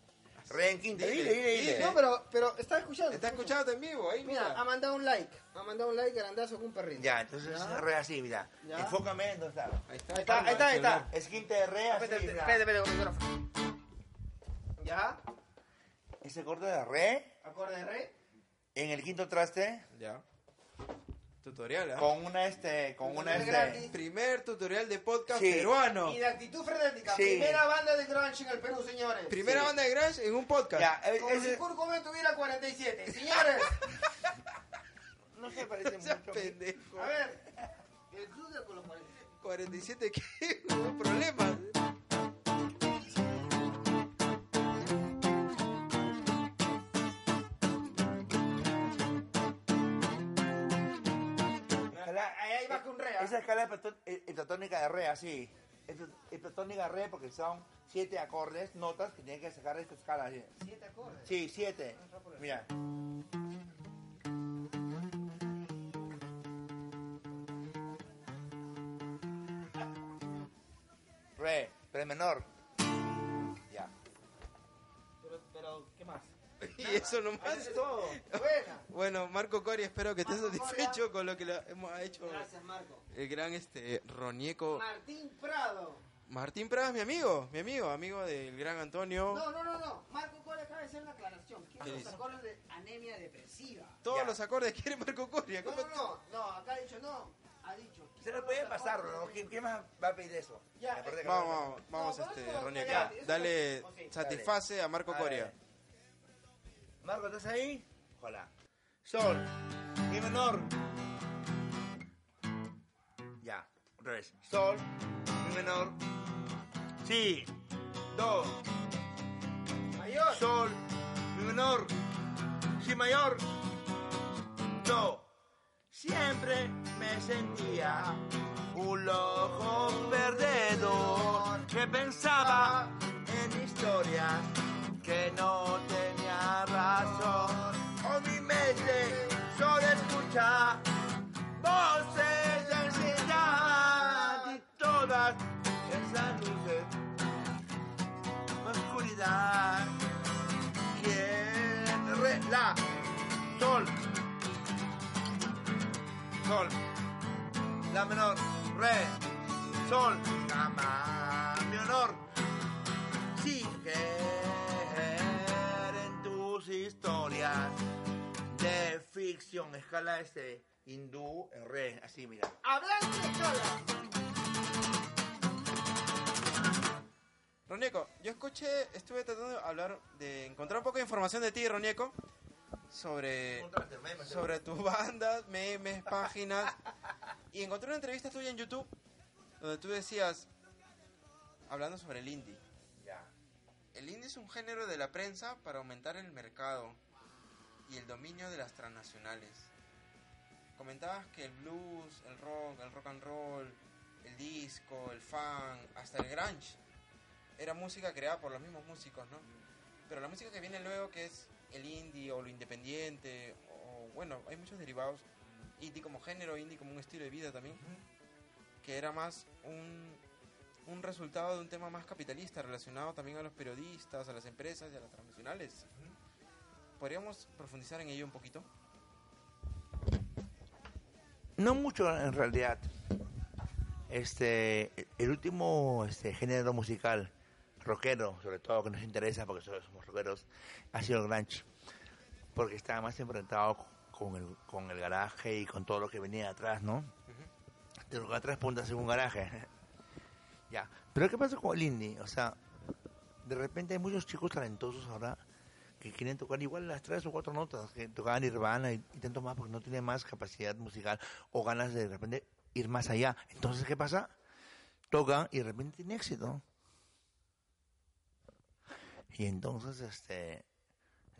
Re en quinta,
Dile,
dile, dile,
dile.
dile.
No, pero, pero está escuchando.
Está escuchando en vivo, ahí mira.
Mira, ha mandado un like. Ha mandado un like grandazo con un perrito.
Ya, entonces
Ya.
es re así, mira.
Ya.
Enfócame en dónde está.
Ahí
Ahí está, ahí está, ahí está.
Es quinta de re así,
Espérate,
mira.
espérate, espérate, con el micrófono. Ya.
Ese corte de re
Acorde de re.
en el quinto traste
Ya. Tutorial, ¿ah?
con una este, con una
Re
este.
grande.
Primer tutorial de podcast
Sí.
peruano.
Y de actitud frenética.
Sí.
Primera banda de grunge en el Perú, señores.
Primera banda de grunge en un podcast.
Ya, eh,
Como si
ese,
Kurt Cobain tuviera 47. Señores. no se parece
Ese
mucho.
pendejo.
A ver. El club de con los
47
47.
que no problemas.
Ojalá-
Ahí ahí va con re. ¿ah?
Esa escala hepató- he- heptatónica de re, así. Hep- Heptatónica de re porque son siete acordes, notas que tienen que sacar de esta escala. Así.
Siete acordes.
Sí, siete. Mira. Re, re menor. Ya.
Pero, pero, ¿qué más?
Y eso nomás.
todo. Buena.
Bueno, Marco Coria, espero que estés
Marco Coria.
satisfecho con lo que lo hemos hecho.
Gracias, Marco.
El gran este Ronieco.
Martín Prado.
Martín Pradas, mi amigo, mi amigo, amigo del gran Antonio.
No, no, no, no. Marco Cole acaba de hacer una aclaración. ¿Qué
¿Qué
los
dice?
acordes de anemia depresiva?
Todos
Ya.
los acordes quiere Marco Coria.
No,
¿Cómo
no, no, no, acá ha dicho no, ha dicho.
Se lo puede pasar, ¿no? ¿Quién, quién más va a pedir eso?
Ya,
Aparte que-
Vamos, vamos,
No,
este,
vamos con-
Ronieco.
ya, eso
Dale,
es- ok.
satisface a Marco
A
Coria.
ver. Marco, ¿estás ahí? Ojalá. Sol. Mi menor. Ya, otra vez. Sol. Mi menor. Si. Do.
Mayor.
Sol. Mi menor. Si mayor. Do. Siempre me sentía un loco perdedor que pensaba en historias que no tenía razón. celeste solo escucha voces de ansiedad y todas esas luces oscuridad quien re la sol sol la menor re sol llama mi honor Sigue en tus historias de ficción. Escala este hindú en re, así mira.
Ronieco, yo escuché, estuve tratando de hablar, de encontrar un poco de información de ti, Ronieco, sobre, sobre tus bandas, memes, páginas, y encontré una entrevista tuya en YouTube donde tú decías, hablando sobre el indie,
Ya.
el indie es un género de la prensa para aumentar el mercado y el dominio de las transnacionales. Comentabas que el blues, el rock, el rock and roll, el disco, el funk, hasta el grunge era música creada por los mismos músicos, ¿no? Pero la música que viene luego, que es el indie o lo independiente, o bueno, hay muchos derivados, indie como género, indie como un estilo de vida también, que era más un, un resultado de un tema más capitalista relacionado también a los periodistas, a las empresas y a las transnacionales. ¿Podríamos profundizar en ello un poquito?
No mucho en realidad. Este, el último este, género musical, rockero, sobre todo que nos interesa porque solo somos rockeros, ha sido el grunge. Porque estaba más enfrentado con el, con el garaje y con todo lo que venía atrás, ¿no? Te lo que atrás puntas en un garaje. ya. Pero ¿qué pasa con el indie? O sea, de repente hay muchos chicos talentosos ahora que quieren tocar igual las tres o cuatro notas que tocaban Nirvana y, y tanto más porque no tienen más capacidad musical o ganas de de repente ir más allá. Entonces, ¿qué pasa? Tocan y de repente tienen éxito. Y entonces, este,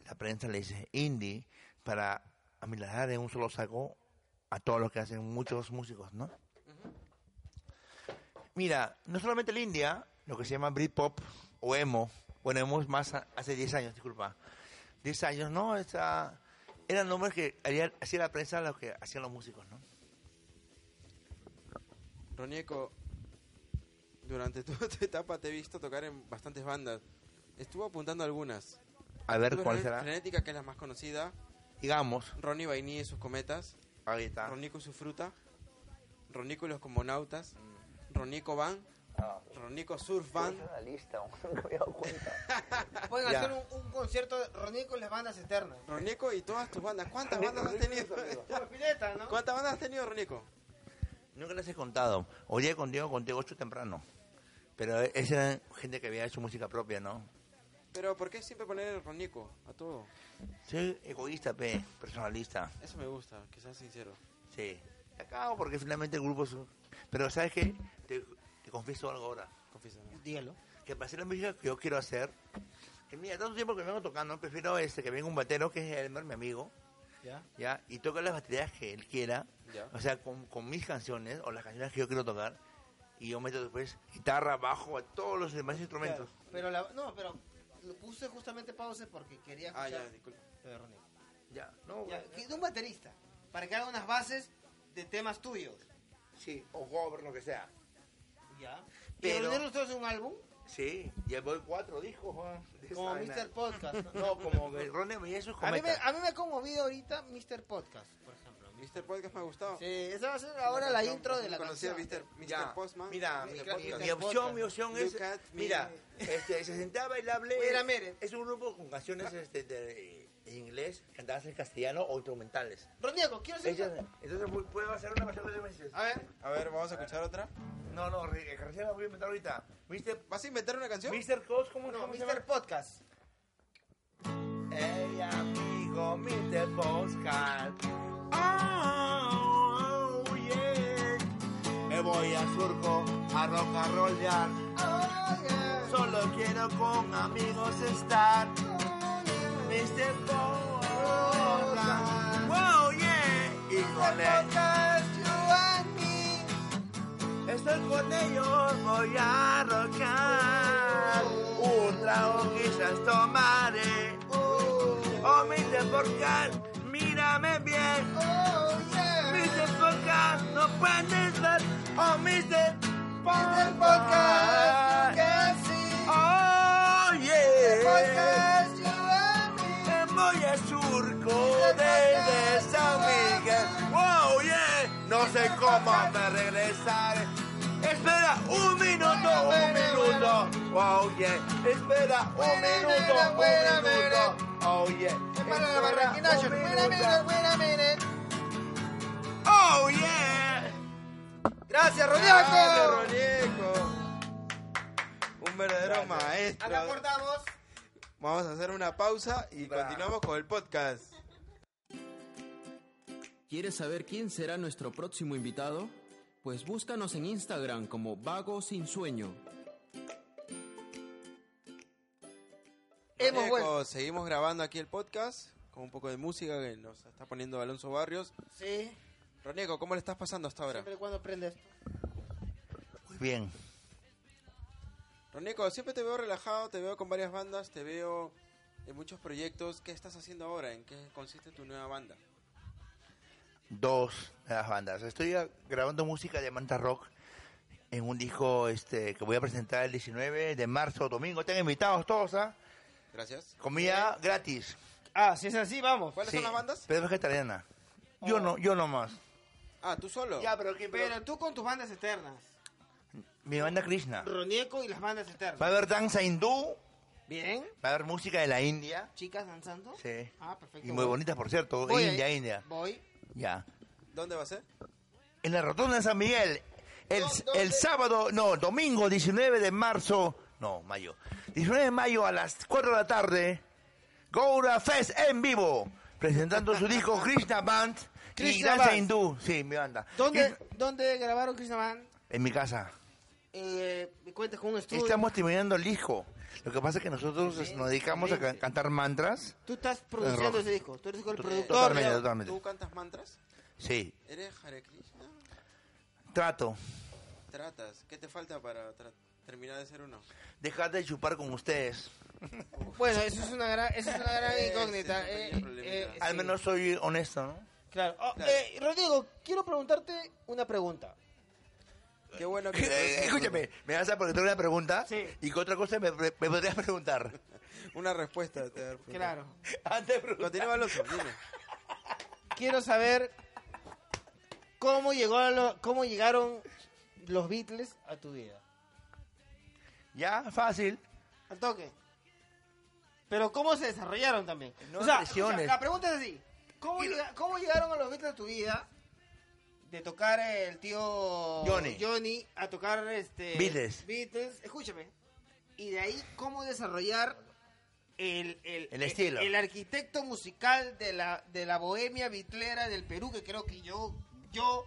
la prensa le dice indie para amilanar en un solo saco a todo lo que hacen muchos músicos, ¿no? Mira, no solamente el India, lo que se llama Britpop o emo, bueno, emo es más a- hace 10 años, disculpa. 10 años, ¿no? Esa, eran nombres que haría- hacía la prensa lo que hacían los músicos, ¿no?
Ronieco, durante toda tu etapa te he visto tocar en bastantes bandas. Estuvo apuntando algunas.
A ver
Tuve
cuál
Ren-
será.
Frenética, que es la más conocida.
Digamos,
Ronnie Baini y sus cometas.
ahí está.
Ronico y su fruta. Ronico y los comonautas. Ronico Van. Ah. Ronico Surf Van.
la lista, no me había dado cuenta.
Pueden
Ya.
hacer un, un concierto de Roné con las bandas eternas.
Ronico y todas tus bandas. ¿Cuántas bandas has tenido?
Por pileta, ¿no?
¿Cuántas bandas has tenido, Ronico?
Nunca les he contado. Hoy día contigo conté ocho temprano. Pero esa era gente que había hecho música propia, ¿no?
Pero ¿por qué siempre poner el Ronico a todo?
Soy egoísta, pe, personalista.
Eso me gusta, que seas sincero.
Sí. Acabo porque finalmente el grupo es... un- Pero ¿sabes qué? Te, te confieso algo ahora.
Confiesa.
Dígalo.
Que para hacer la música que yo quiero hacer, que mira, tanto tiempo que vengo tocando, prefiero este, que venga un batero que es Elmer, mi amigo,
Ya.
¿ya? Y toca las baterías que él quiera,
Ya.
o sea, con, con mis canciones o las canciones que yo quiero tocar. Y yo meto después guitarra, bajo, a todos los demás instrumentos.
Pero la, no, pero lo puse justamente pausa porque quería
Ah,
escuchar
ya, disculpa.
lo de Roné.
Ya, no,
Ya, que de un baterista, para que haga unas bases de temas tuyos.
sí, o cover, lo que sea.
Ya.
Pero-
Pero reunirlos todos en un álbum,
Sí, ya voy cuatro discos, Juan, de esa
como
vaina.
Mr. Podcast. ¿no?
No, como que Ronnie me hizo
a, mí me, a mí me ha conmovido ahorita Mr. Podcast, por ejemplo.
Mr. Podcast me ha gustado.
Sí, esa va a ser ahora la intro de la
Conocía
canción.
Mr. Mr.
Ya,
Postman.
Mira,
Mr.
mi,
Podcast.
mi- mi
Mr.
opción,
Podcast.
mi opción
Look
es,
at me.
mira, este, se sentaba y la hablé.
Mira, mire.
Es un grupo con canciones este, de, en inglés, cantadas en castellano o instrumentales.
Roniego, quiero hacer
Ellas-
una-
entonces pu- puedo hacer una canción que tú me dices.
A ver,
A ver, vamos a escuchar otra.
No, no, re- recién la voy a inventar ahorita. Mister,
¿Vas a inventar una canción?
Mister Cos, ¿cómo
no,
cómo se
Mr. Podcast.
Hey amigo, Mr. Postcard. Oh, yeah. Me voy a surco, a rock and roll yard. Solo quiero con amigos estar. Mr. Postcard. Wow, yeah. Y con Estoy con ellos, voy a rocar. Un eh. trago quizás tomaré. Oh, mi deporcar, mira Escúchame bien. Mr. Podcast, no puedes ver. Oh, Mr. Podcast. Oh, yeah. Me voy al surco desde San Miguel. Oh, yeah. No sé cómo me regresaré. Espera un minuto, un minuto. Oh, yeah. Espera un minuto, un minuto. Oh, yeah. Espera un minuto. Oh, yeah.
Gracias,
Gracias,
Rodrigo. Un verdadero maestro.
Acá cortamos.
Vamos a hacer una pausa y
Bravo.
continuamos con el podcast.
¿Quieres saber quién será nuestro próximo invitado? Pues búscanos en Instagram como Vago Sin Sueño.
Hemos
Rodrigo,
vuelto.
Seguimos grabando aquí el podcast con un poco de música que nos está poniendo Alonso Barrios.
Sí.
Ronieco, ¿cómo le estás pasando hasta ahora?
Siempre cuando prendes.
Muy bien.
Ronieco, siempre te veo relajado, te veo con varias bandas, te veo en muchos proyectos. ¿Qué estás haciendo ahora? ¿En qué consiste tu nueva banda?
dos de las bandas. Estoy a- grabando música de Manta Rock en un disco este que voy a presentar el 19 de marzo, domingo. Están invitados todos, ¿ah?
Gracias.
Comida gratis.
Ah, si es así, vamos.
¿Cuáles
Sí.
son las bandas? Oh.
Pero es vegetariana. Yo no, yo no más.
Ah, tú solo.
pero que
Pero tú con tus bandas externas.
Mi banda Krishna.
Ronieco y las bandas externas.
Va a haber danza hindú,
Bien.
va a haber música de la India.
Chicas danzando.
Sí.
Ah, perfecto.
Y muy bonita, por cierto.
Voy
India,
ahí.
India.
Voy.
Ya.
¿Dónde va a ser?
En la rotonda de San Miguel. El, el sábado, no, domingo 19 de marzo, no, mayo. 19 de mayo a las 4 de la tarde, Goura Fest en vivo, presentando su disco Krishna Band y
Krishna
Danza
Band.
Hindú. Sí, mi banda.
¿Dónde,
Krishna-
¿dónde grabaron Krishna Band?
En mi casa.
Eh, ¿me cuentas con un estudio?
Estamos terminando el disco. Lo que pasa es que nosotros nos dedicamos a ca- cantar mantras.
Tú estás produciendo
rock.
ese disco. Tú eres el
Tú-
productor.
Totalmente,
¿no?
totalmente.
Eh, ¿Tú cantas mantras?
Sí,
¿Eres Hare Krishna?
trato.
¿Tratas? ¿Qué te falta para tra- terminar de ser uno?
Dejar de chupar con ustedes.
Bueno, eso es una gran, eso es una gran
Ese es un
incógnita. Eh,
pequeño problemita.
eh,
Al
sí.
menos soy honesto, ¿no?
Claro. Oh,
Claro.
eh, Rodrigo, quiero preguntarte una pregunta.
Qué bueno que...
Eh, Escúchame, me vas a preguntar una pregunta
Sí.
y que otra cosa me, me podrías preguntar.
Una respuesta. Te voy a preguntar.
Claro.
Antes de preguntar.
Continúa, Alonso, dime.
Quiero saber cómo llegó a lo- cómo llegaron los Beatles a tu vida.
Ya, fácil.
Al toque. Pero cómo se desarrollaron también.
No
o sea,
presiones.
escucha, la pregunta es así. ¿Cómo, llega- cómo llegaron a los Beatles a tu vida? De tocar el tío
Johnny.
a tocar este
Beatles.
Beatles, escúchame. Y de ahí cómo desarrollar el,
El estilo.
El, arquitecto musical de la, de la bohemia bitlera del Perú, que creo que yo, yo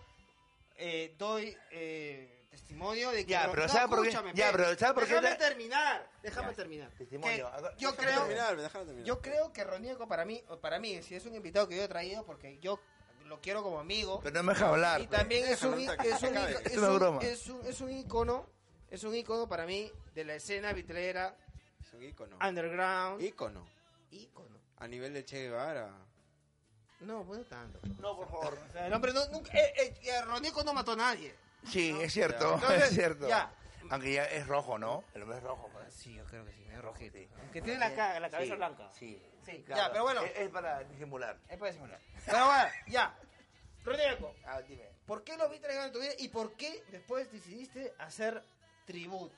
eh, doy eh, testimonio de que...
Ya,
no-
pero
no,
¿sabe por qué?
escúchame,
Ya,
pe.
pero ¿sabe por qué
Déjame
te-
terminar, déjame
Ya,
terminar.
testimonio.
Que
A ver,
yo
déjame
creo,
Terminar, déjalo terminar.
yo creo que Ronieco para mí, o para mí, si es un invitado que yo he traído, porque yo lo quiero como amigo.
Pero no me dejas hablar. pues.
y también es un,
déjalo hasta que
es, un,
acabe.
ico-
Es
es
una
un-
broma.
es un- es un ícono, es un ícono para mí de la escena vitrera,
Es un ícono.
underground.
Ícono.
Ícono.
A nivel de Che Guevara.
No, bueno, tanto.
No, por favor.
O sea, el hombre no, nunca, eh, eh, eh, Ronieco no mató a nadie.
Sí, es cierto,
Entonces,
es cierto.
ya.
Aunque ya es rojo, ¿no? El hombre es rojo. pues.
Ah, Sí, yo creo que sí, es rojito.
Sí.
Que tiene la, ca- la cabeza
Sí,
blanca.
Sí.
Sí, ya,
Claro.
pero bueno.
Es, es para disimular.
Ahí puedes simular. Pero bueno, ya. Ronieco,
Ah, dime.
¿Por qué los Beatles ganaron tu vida y por qué después decidiste hacer tributos?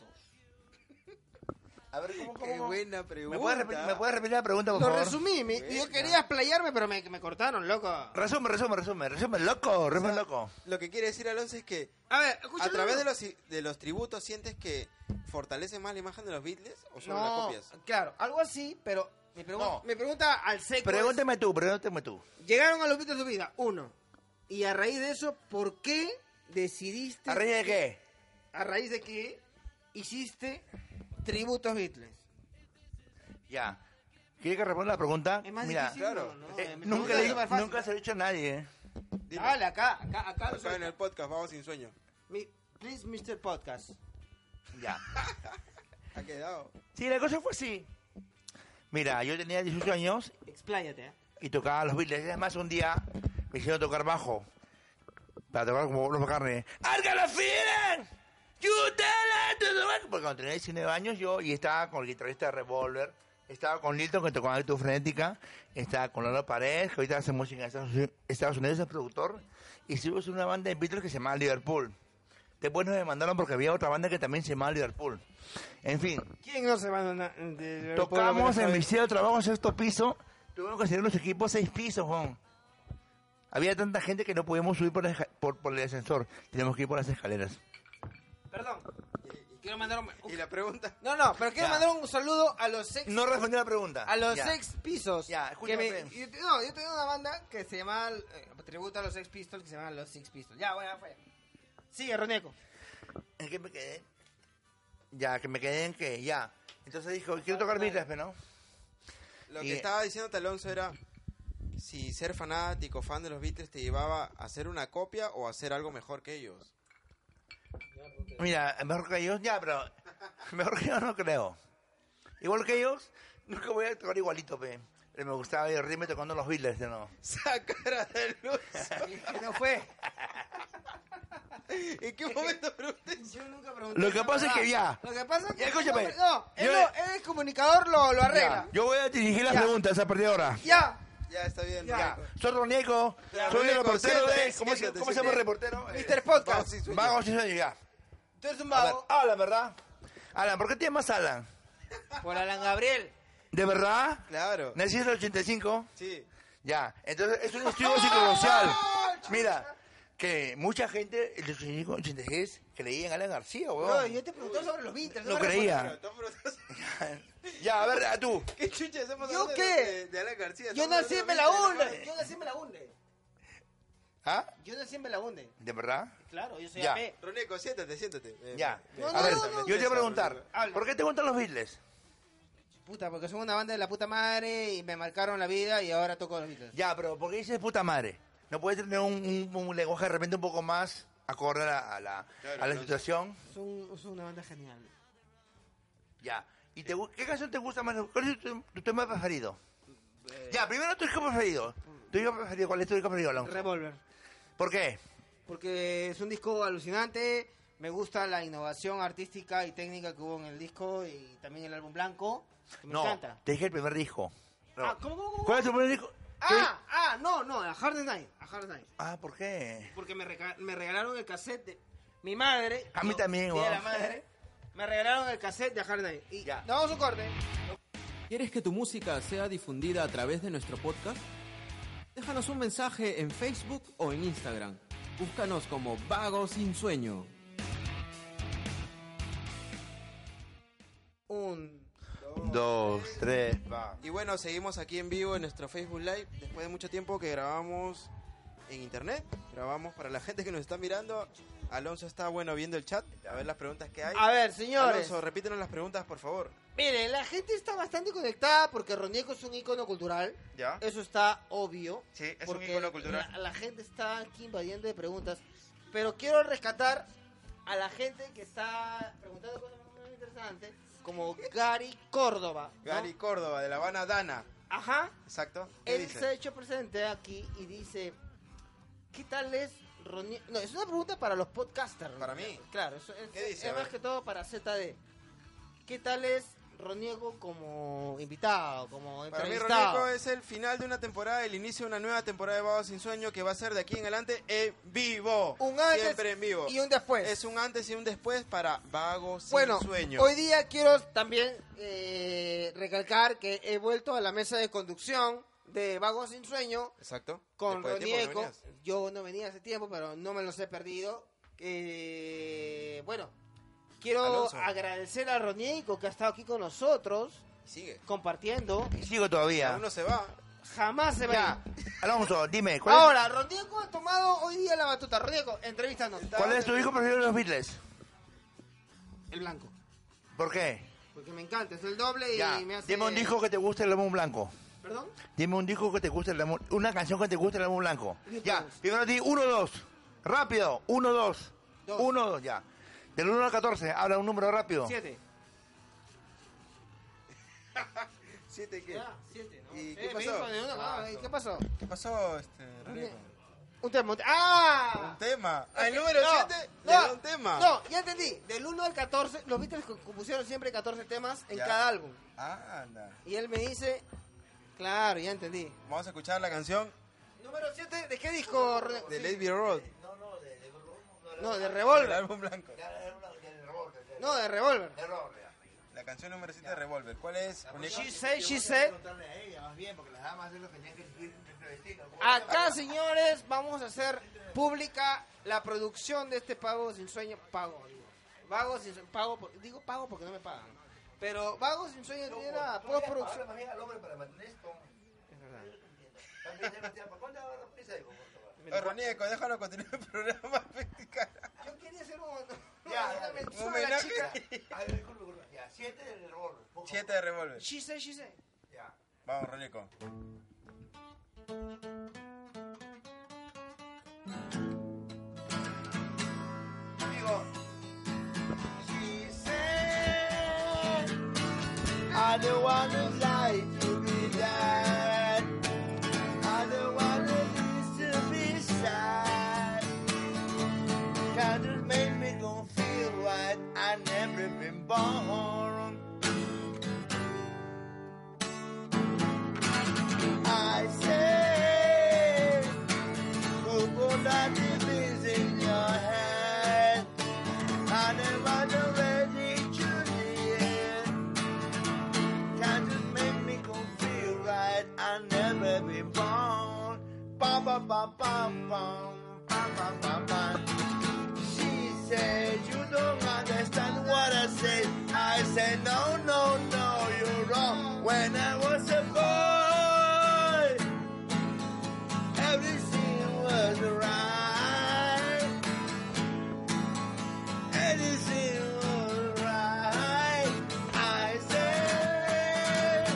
A ver, ¿cómo, cómo,
Qué
cómo?
buena
¿Me
pregunta.
puedes, repetir, ¿Me puedes repetir la pregunta, por
Lo
favor?
resumí, me- yo quería explayarme, pero me, me cortaron, loco. A
Resume, resume, resume. Resume, loco, resume, loco.
Lo que quiere decir Alonso es que
ver,
a
escúchame.
través de los, de los tributos sientes que fortalece más la imagen de los Beatles o solo la
No,
copias.
claro, algo así, pero me, pregun-
No.
me pregunta al seco.
Pregúntame tú, pregúntame tú.
es, Llegaron a los Beatles de tu vida, uno. Y a raíz de eso, ¿por qué decidiste...
¿A raíz de qué?
a raíz de qué hiciste tributos Beatles?
Ya. ¿Quieres que responda la pregunta?
Es más
Mira,
difícil,
claro.
¿no?
eh,
Me
nunca,
pregunta
le-
de Iván Fácil.
nunca se lo he dicho a nadie. eh.
Dime.
Dale, acá, acá, acá. lo
Acá en
suelta.
el podcast, vamos sin sueño.
Mi- Please, Mr. Podcast.
Ya.
Ha quedado.
Sí, la cosa fue así. Mira, yo tenía 18 años
Expláyate, ¿eh?
y tocaba los Beatles. Además, un día me hicieron tocar bajo para tocar como los carne. ¡Arga la feeling! ¡You tell it to the world! Porque cuando tenía 19 años yo y estaba con el guitarrista de Revolver, estaba con Lilton que tocaba Actitud Frenética, estaba con Lola Paredes, que ahorita hace música en Estados Unidos, Estados Unidos es productor, y hicimos una banda de Beatles que se llamaba Liverpool. Después nos demandaron porque había otra banda que también se llamaba Liverpool. En fin,
¿Quién no se va a donar? de-
Tocamos
de-
en Liceo de Trabajo, sexto piso. Tuvimos que hacer los equipos seis pisos, Juan. Había tanta gente que no podíamos subir por, esca- por, por el ascensor. Teníamos que ir por las escaleras.
Perdón. Eh, Quiero mandar un...
Y la pregunta.
No, no, pero quiero
Eh, Ya.
mandar un saludo a los sex...
No respondí la pregunta.
A los
Ya.
Sex Pisos.
Ya,
que
escúchame,
me-
ven.
yo, te- no, yo tenía una banda que se llamaba... eh, tributo a los Sex Pistols que se llamaba Los Sex Pistols. Ya, bueno, ya fue. Sigue, Roneco.
¿En qué me quedé? Ya, que me quedé en que, ya. Entonces dijo, quiero tocar Beatles, pero no.
Lo
Y-
que estaba diciendo Alonso era si ser fanático, fan de los Beatles te llevaba a hacer una copia o a hacer algo mejor que ellos.
Mira, mejor que ellos, ya, pero mejor que yo no creo. Igual que ellos, nunca voy a tocar igualito, pe. Pero me gustaba irme tocando los Beatles de nuevo.
Sacara de luz.
Que no fue.
¿En qué momento pregunté?
Yo nunca pregunté.
Lo que
la
pasa es que
verdad.
ya.
Lo que pasa es que.
Ya, escúchame.
No, él,
Yo-
lo- él el comunicador lo, lo arregla.
Ya, yo voy a dirigir las
Ya.
preguntas a partir de ahora.
Ya.
Ya está bien.
Ya,
Marco.
soy Ronieco,
Ya,
soy el
Ronieco,
reportero de...
siéntate,
¿Cómo se
siéntate,
cómo se llama el
siéntate.
reportero?
Mr. Podcast.
Vamos, sí, sueño.
Vamos, sin sueño, ya.
Tú eres un
A ver,
vago.
Alan, ¿verdad? Alan, ¿por qué te llamas Alan?
Por Alan Gabriel.
¿De verdad?
Claro.
¿Naciste en el 85?
Sí.
Ya, entonces es un estudio psicosocial. Mira, que mucha gente en el 85, 86 creía en Alan García,
No,
weón.
yo te pregunté sobre los Beatles.
Oh. No
me
creía.
Pero, ¿estás preguntando-
Ya, a ver, a tú.
¿Qué chucha estamos
¿Yo
hablando
qué?
De, de Alan García?
Yo
Estamos
nací en
hablando de Beatles,
Belaunde. Yo nací en Belaunde.
¿Ah?
Yo nací en Belaunde.
¿De verdad?
Claro, yo soy
Ya.
AP.
¿no? Roneco, siéntate, siéntate. Eh, Ven,
Ya.
ven,
No,
A
no,
ver,
no,
yo
no.
te voy a preguntar,
Habla.
¿por qué te gustan los Beatles?
Puta, porque son una banda de la puta madre y me marcaron la vida y ahora toco los Beatles.
Ya, pero ¿por qué dices puta madre? ¿No puedes tener un, un- un lenguaje de repente un poco más acorde a la, a la,
Claro,
a la
no.
situación?
Son, son una banda genial.
Ya. ¿Y te gu- qué canción te gusta más? ¿Cuál es tu, tu tema preferido?
Eh.
Ya, primero tu disco preferido. ¿Tu disco preferido? ¿Cuál es tu disco preferido, Alonso?
Revolver.
¿Por qué?
porque es un disco alucinante. Me gusta la innovación artística y técnica que hubo en el disco y también el álbum blanco. que me
no,
encanta.
te dije el primer disco. No.
Ah, ¿cómo, cómo, cómo?
¿Cuál es tu primer disco? ¿Qué?
Ah, ah, no, no, a Hard Night, a Hard Night.
Ah, ¿por qué?
Porque me, reca- me regalaron el cassette de mi madre.
A mí
no,
también,
tía
weón.
la madre. Me regalaron el cassette de A Hard Night. Y
Ya.
ya. Damos un corte.
¿Quieres que tu música sea difundida a través de nuestro podcast? Déjanos un mensaje en Facebook o en Instagram. Búscanos como Vago Sin Sueño.
Un.
Dos, tres, va.
Y bueno, seguimos aquí en vivo en nuestro Facebook Live. Después de mucho tiempo que grabamos en internet, grabamos para la gente que nos está mirando. Alonso está bueno viendo el chat, a ver las preguntas que hay.
A ver, señores.
Alonso, repítenos las preguntas, por favor.
Miren, la gente está bastante conectada porque Ronieco es un icono cultural.
Ya.
Eso está obvio.
Sí, es un
porque
ícono cultural.
La, la gente está aquí invadiendo de preguntas. Pero quiero rescatar a la gente que está preguntando cosas muy interesantes. Como Gary Córdoba. ¿no?
Gary Córdoba, de La Habana, Dana.
Ajá.
Exacto. ¿Qué
Él se ha
dice?
hecho presente aquí y dice: ¿Qué tal es Ronieco? No, es una pregunta para los podcasters. ¿no?
Para mí.
Claro, eso es,
¿Qué dice?
es
A
más
ver.
que todo para ZD. ¿Qué tal es Roniego como invitado, como
Para mí,
entrevistado?
Roneco es el final de una temporada, el inicio de una nueva temporada de Vago Sin Sueño que va a ser de aquí en adelante en vivo.
Un antes
Siempre en vivo.
y un después.
Es un antes y un después para Vago Sin
bueno,
Sueño.
hoy día quiero también eh, recalcar que he vuelto a la mesa de conducción de Vagos sin Sueño
Exacto.
con
Después de tiempo que no
Ronieco.
venías.
Yo no venía hace tiempo, pero no me los he perdido. Eh, bueno, quiero
Alonso.
agradecer a Ronieco que ha estado aquí con nosotros,
Sigue.
compartiendo.
Sigo todavía.
Uno se va.
Jamás se va. a
Ya.
ir.
Alonso, dime, ¿cuál,
Ahora, Ronieco ha tomado hoy día la batuta. Ronieco, entrevístanos.
es, ¿cuál es tu disco preferido de los Beatles?
El blanco.
¿Por qué?
Porque me encanta, es el doble y
Ya,
me hace...
dime un disco que te guste el álbum blanco.
¿Perdón?
Dime un disco que te guste el álbum, una canción que te guste el álbum blanco.
Beatles.
Ya, primero di uno, dos. Rápido, uno, dos.
Dos.
Uno, dos, ya. Del 1 al 14, habla un número rápido.
Siete.
¿Siete qué?
Ya, siete, ¿no?
¿Y
Eh,
qué
me
pasó?
dijo de una, ah, ¿y ¿Qué pasó?
¿Qué pasó, este, Rodrigo?
Un tema. un te- ¡Ah!
Un tema. Ah, el número
No,
7
no,
no, un tema.
No, ya entendí. Del 1 al 14, los Beatles co- compusieron siempre 14 temas en
Ya.
cada álbum.
Ah, anda.
Y él me dice, claro, ya entendí.
Vamos a escuchar la canción
Número 7, ¿de qué disco? Re-
de
sí?
Lady Road,
No, de
el
Revolver.
álbum blanco.
No, de Revolver.
La canción número 7 de Revolver. ¿Cuál es? Muñeco?
She said, she said. Acá, señores, vamos a hacer pública la producción de este Pago Sin Sueño. Pago, digo. Vago sin sueño. Pago, por- digo pago porque no me pagan. Pero Vago Sin Sueño tiene una postproducción. Es verdad.
Oye, Ronieco, Eh, déjalo continuar el programa. pe, cara.
Yo quería hacer un,
Ya,
una
ya,
mención
un
a la
homenaje.
chica.
Siete de Revolver.
She said, she said.
Vamos, Ronieco.
I don't wanna lie to be that. I don't wanna be to be sad. Candles make me gon' feel what I never been born. I say, who put that disease in your head? I never know ready to live. Can't just make me go feel right. I never been born. Ba ba ba ba ba ba ba ba ba. She said you don't understand what I said. I said no no no you're wrong. When I was a boy, everything was right. Everything was right. I said,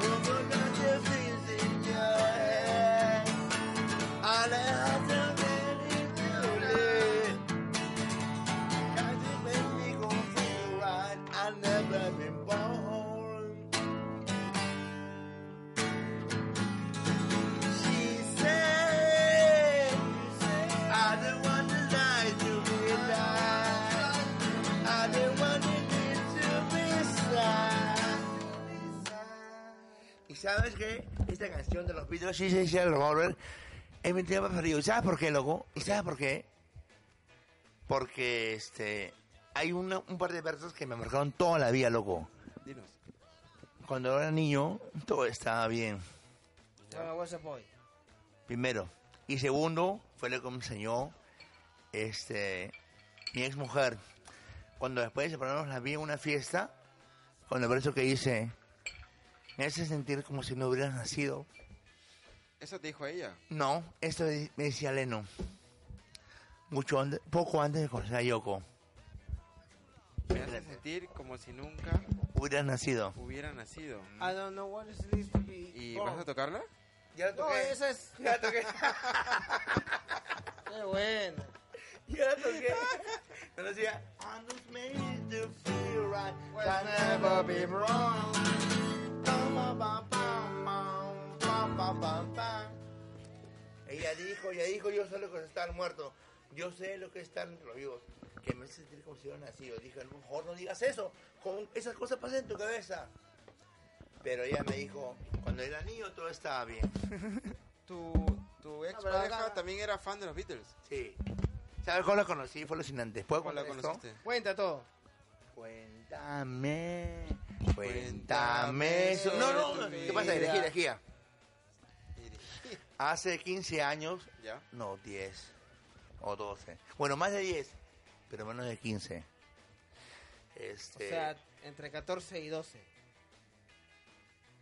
Woman, not the things in your head. I left the beauty. Cause it made me go feel right. I never been born. She said, I don't want to lie to be lied. I don't want to need to be sad. Y sabes que esta canción de los Beatles, sí, sí, sí, el Revolver, es mi tema preferido. ¿Y sabes por qué, loco? ¿Y sabes por qué? Porque este hay una- un par de versos que me marcaron toda la vida, loco.
Dinos.
Cuando era niño, todo estaba bien.
Bueno, Ah, what's up, boy?
Primero. Y segundo, fue lo que me enseñó este, mi ex mujer. Cuando después de separarnos la vi en una fiesta, con el verso que dice, me hace sentir como si no hubieras nacido.
Eso te dijo ella.
No, esto de- me decía Leno. Mucho ande- poco antes de conocer a Yoko,
Me hace sentir como si nunca
hubieras nacido.
hubiera nacido.
I don't know what it is to be
¿Y
born.
vas a tocarla?
Ya
No, Oh, esa es.
Ya toqué.
Qué bueno.
Ya toqué. Me decía, I'm just made to feel right. Can never be wrong. Bam, bam, bam, bam, bam, bam, bam, bam. Ella dijo, ella dijo, yo sé lo que es estar muerto. Yo sé lo que están los vivos. Que me hace sentir como si hubiera nacido. Dije, a lo mejor no digas eso. Con esas cosas pasan en tu cabeza. Pero ella me dijo, cuando era niño todo estaba bien.
Tu, tu ex
pero
pareja
acá-
también era fan de los Beatles.
Sí. ¿Sabes cómo la conocí? Fue alucinante. Después
¿Cómo
cuando
la conociste?
Cuenta todo.
Cuéntame. Cuéntame. eso. No, no, no. ¿Qué pasa? Elegí, elegí. Hace 15 años,
¿Ya?
no, 10 o 12. Bueno, más de 10, pero menos de 15.
O
Este,
sea, entre 14 y 12.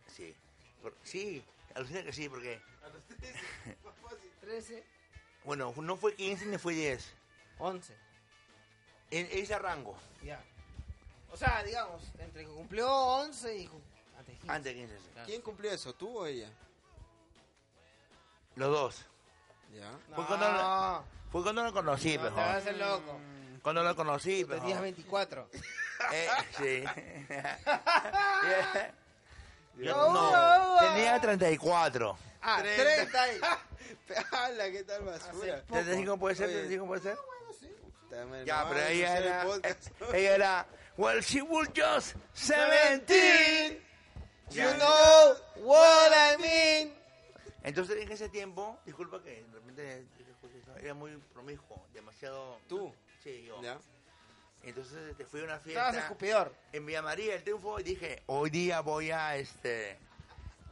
sí. Por- sí, alucina que sí, porque,
13,
bueno, no fue 15 ni fue 10.
11.
En ese rango,
Ya. O sea, digamos, entre que cumplió 11 y. cu- Antes 15.
antes de 15. sí.
¿Quién cumplió eso? ¿Tú o ella?
Los dos.
¿Ya?
No,
Fue cuando la- Fue cuando lo conocí,
no,
pero.
te vas a hacer loco.
Cuando lo conocí, pero.
Tenías 24.
Eh, sí. Yo,
Ah,
no,
ah, ah.
tenía 34.
Ah, 30.
30 y... ¡Hala, qué tal basura!
Hace-
35 puede ser,
Oye,
35 puede ser.
puta madre,
Ya,
no
pero
van a
ella
escuchar el
era, eh,
podcast.
ella era, well, she was just 17.
You know what I mean.
Entonces en ese tiempo, disculpa que de repente era muy promiscuo, demasiado...
Tú.
Sí, yo.
¿Ya?
Entonces te fui a una
Estabas
fiesta
escupidor.
en Villa María del Triunfo y dije, hoy día voy a este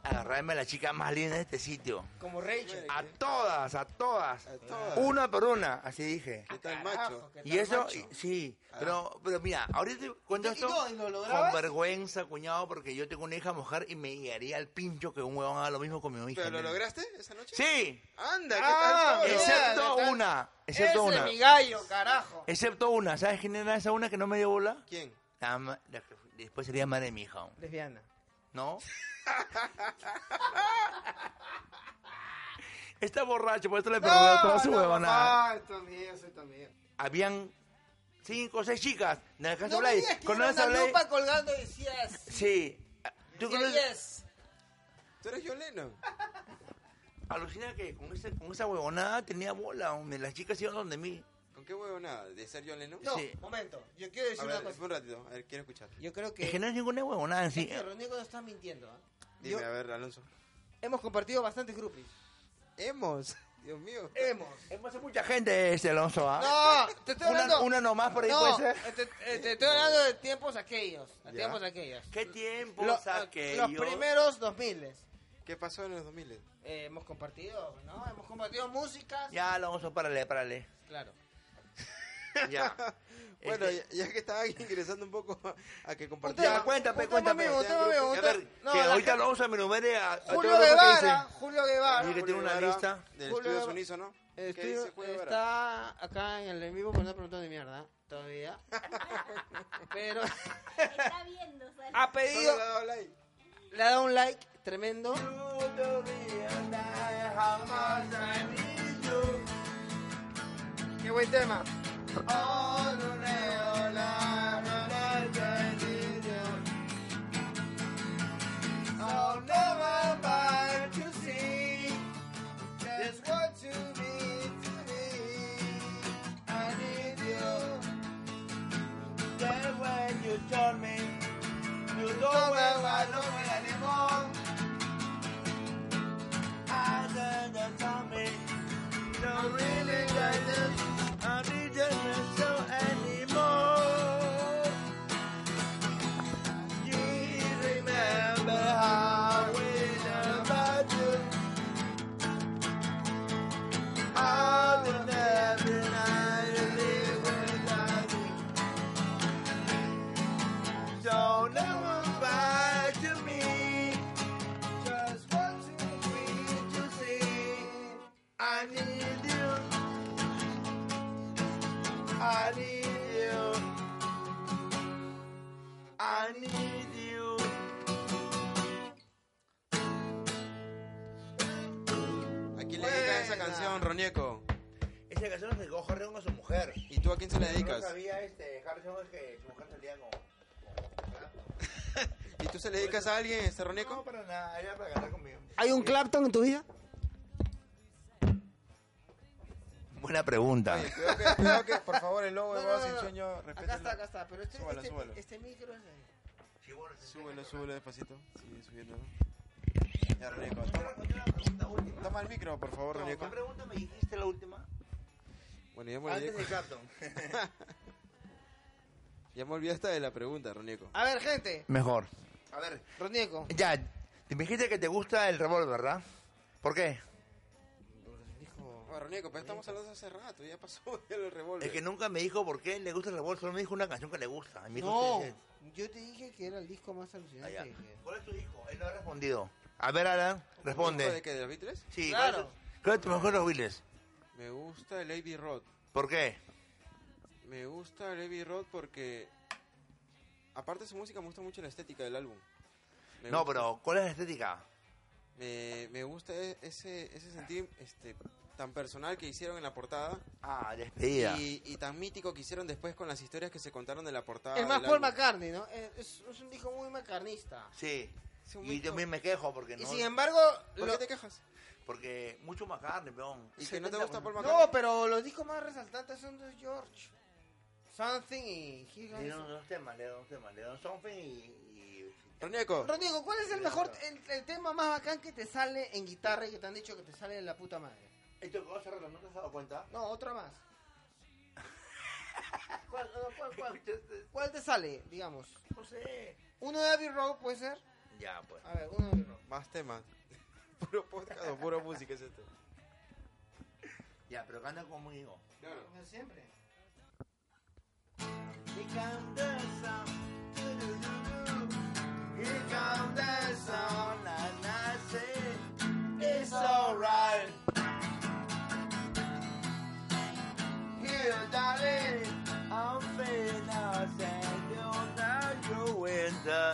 agarrarme a la chica más linda de este sitio.
Como Rachel.
A todas, a todas.
A todas.
Una por una, así dije.
¿Qué tal
Carajo,
macho? Ah.
qué tal
Y eso,
macho.
y- sí, pero, pero mira, ahorita te cuento
¿Y- y
esto
no, y lo lograbas?
con vergüenza, cuñado, porque yo tengo una hija mujer y me guiaría al pincho que un huevón haga lo mismo con mi hija.
¿Pero lo
nena.
lograste esa noche?
Sí,
Anda,
Ah,
¿qué tal?
ese-
todo?
excepto
tal-
una,
Ese es
excepto una,
mi gallo, carajo.
excepto una, ¿sabes quién era esa una que no me dio bola?
¿Quién?
La ma- la que fue- después sería madre de mi hija,
Lesbiana.
¿no? Está borracho, por eso le perdonó toda su huevonada.
Ah, también, yo soy también.
Habían cinco o seis chicas de la casa
No me
Blay.
digas que era
¿Conoces a
una
Blay?
lupa colgando y decías...
Sí. ¿Tú conoces?
yes.
¿Tú eres Yoleno?
Alucina que con, ese- con esa huevonada tenía bola, hombre. Las chicas iban donde mí.
¿Con qué huevo nada? ¿De ser Yoleno?
No,
Sí.
momento. Yo quiero
A
decir
ver,
una cosa.
espera un ratito. A ver, quiero escuchar.
Yo creo que...
Es que no es ninguna huevonada en sí.
Este Ronego no está mintiendo. ¿ah?
Dime,
Yo-
a ver, Alonso.
Hemos compartido bastantes groupies.
Hemos. Dios mío.
Hemos.
Hemos hecho mucha gente este Alonso, ¿ah?
No, te estoy
Una,
hablando...
una nomás por ahí
no, eh,
puede ser.
te, te- te estoy hablando de tiempos aquellos. De tiempos aquellos.
¿Qué tiempo
Lo- ah,
saqué
los
yo?
primeros 2000
¿Qué pasó en los 2000?
eh, hemos compartido, ¿no? Hemos compartido músicas.
Ya, Alonso, párale, párale.
Claro.
Ya.
Bueno,
Este-
ya, ya que estaba ingresando un poco a, a que
Ya,
compartíamos.
cuéntame,
Usted,
cuéntame.
mami, usted, mami,
A
usted-
ver,
no,
que
la-
ahorita Alonso me numere a, a
Julio
todo lo que
Guevara,
dice.
Julio
Dije
Guevara.
que tiene una lista.
Del
Julio
estudio
Guevara.
Sunizo, ¿no? ¿Qué
Estoy- eh,
dice Julio Guevara?
está acá en el en vivo, pero no preguntó de mierda todavía. pero
Está viendo, sale.
ha
Solo
pedido,
le ha dado like.
le ha dado un like tremendo. Qué buen tema.
¿A quién le dedicas esa
Buena.
canción, Ronieco?
Esa canción se dedicó Jorge Hongo a su mujer.
¿Y tú a quién se la
Yo No
dedicas?
sabía este, Jorge Hongo que su mujer salía con...
¿Y tú se le dedicas a alguien, este Ronieco?
No, para nada, era para cantar conmigo.
¿Hay un Clapton en tu vida?
Buena pregunta.
Oye, cuidado que, cuidado que, por favor, el logo de
No, no,
Bodas
no,
sin
no.
Sueño,
Acá está,
respétenlo.
acá está, pero este,
Súbalo,
este,
súbalo.
este micro es de...
Súbelo, súbelo despacito. Sigue subiendo. Ya, Ronieco, toma, toma el micro, por favor, Ronieco.
¿Qué pregunta me dijiste la última?
Bueno, ya me olvidé,
Antes de Clapton.
ya me olvidé hasta de la pregunta, Ronieco.
A ver, gente,
Mejor. A ver,
Ronieco.
ya, te me dijiste que te gusta el revólver, ¿verdad? ¿Por qué?
Bueno, Ronieco, pero estamos hablando hace rato, ya pasó ya lo revolver.
Es que nunca me dijo por qué le gusta el revólver, solo me dijo una canción que le gusta. Y me dijo,
No,
"Sí, sí".
yo te dije que era el disco más
Ah,
alucinante.
ya.
que-
¿Cuál es tu hijo? Él no ha respondido. A ver, Alan,
¿De
responde.
qué? ¿De los Beatles?
Sí,
Claro.
claro. ¿Cuál es tu mejor los Beatles?
Me gusta el Abbey Road.
¿Por qué?
Me gusta el Abbey Road porque... Aparte de su música, me gusta mucho la estética del álbum. Me
No,
gusta-
pero ¿cuál es la estética?
Me, me gusta e- ese, ese sentir este, tan personal que hicieron en la portada
Ah, despedida.
y, y tan mítico que hicieron después con las historias que se contaron de la portada.
Es más
del
Paul
álbum.
McCartney, ¿no? Es, es- es un disco muy macarnista.
Sí.
Es un
Y
mito.
también me quejo porque
Y
no.
sin embargo,
¿Por
lo-
qué te quejas?
Porque mucho McCartney, peón.
¿Y que no te gusta Paul McCartney?
no, pero los discos más resaltantes son de George. Something y Here Goes.
Le dieron dos temas, le dieron dos temas. Le dieron Something y. y-
Ronieco,
Rodrigo, ¿cuál es el mejor, el, el tema más bacán que te sale en guitarra y que te han dicho que te sale de la puta madre?
Esto que hace rato, ¿no te has dado cuenta?
No, otro más. ¿Cuál, cuál, cuál?
Escuchaste,
¿Cuál te sale, digamos?
No sé.
¿Uno de Abbey Road puede ser?
Ya, pues.
A ver, uno de Abbey Road.
más temas. Puro podcast o puro música es este. esto.
Ya, pero canta conmigo.
Claro.
Como siempre.
Here comes the sun. Here comes the sun. And I say, it's alright. Here, darling. I'm feeling outside. You're not your window.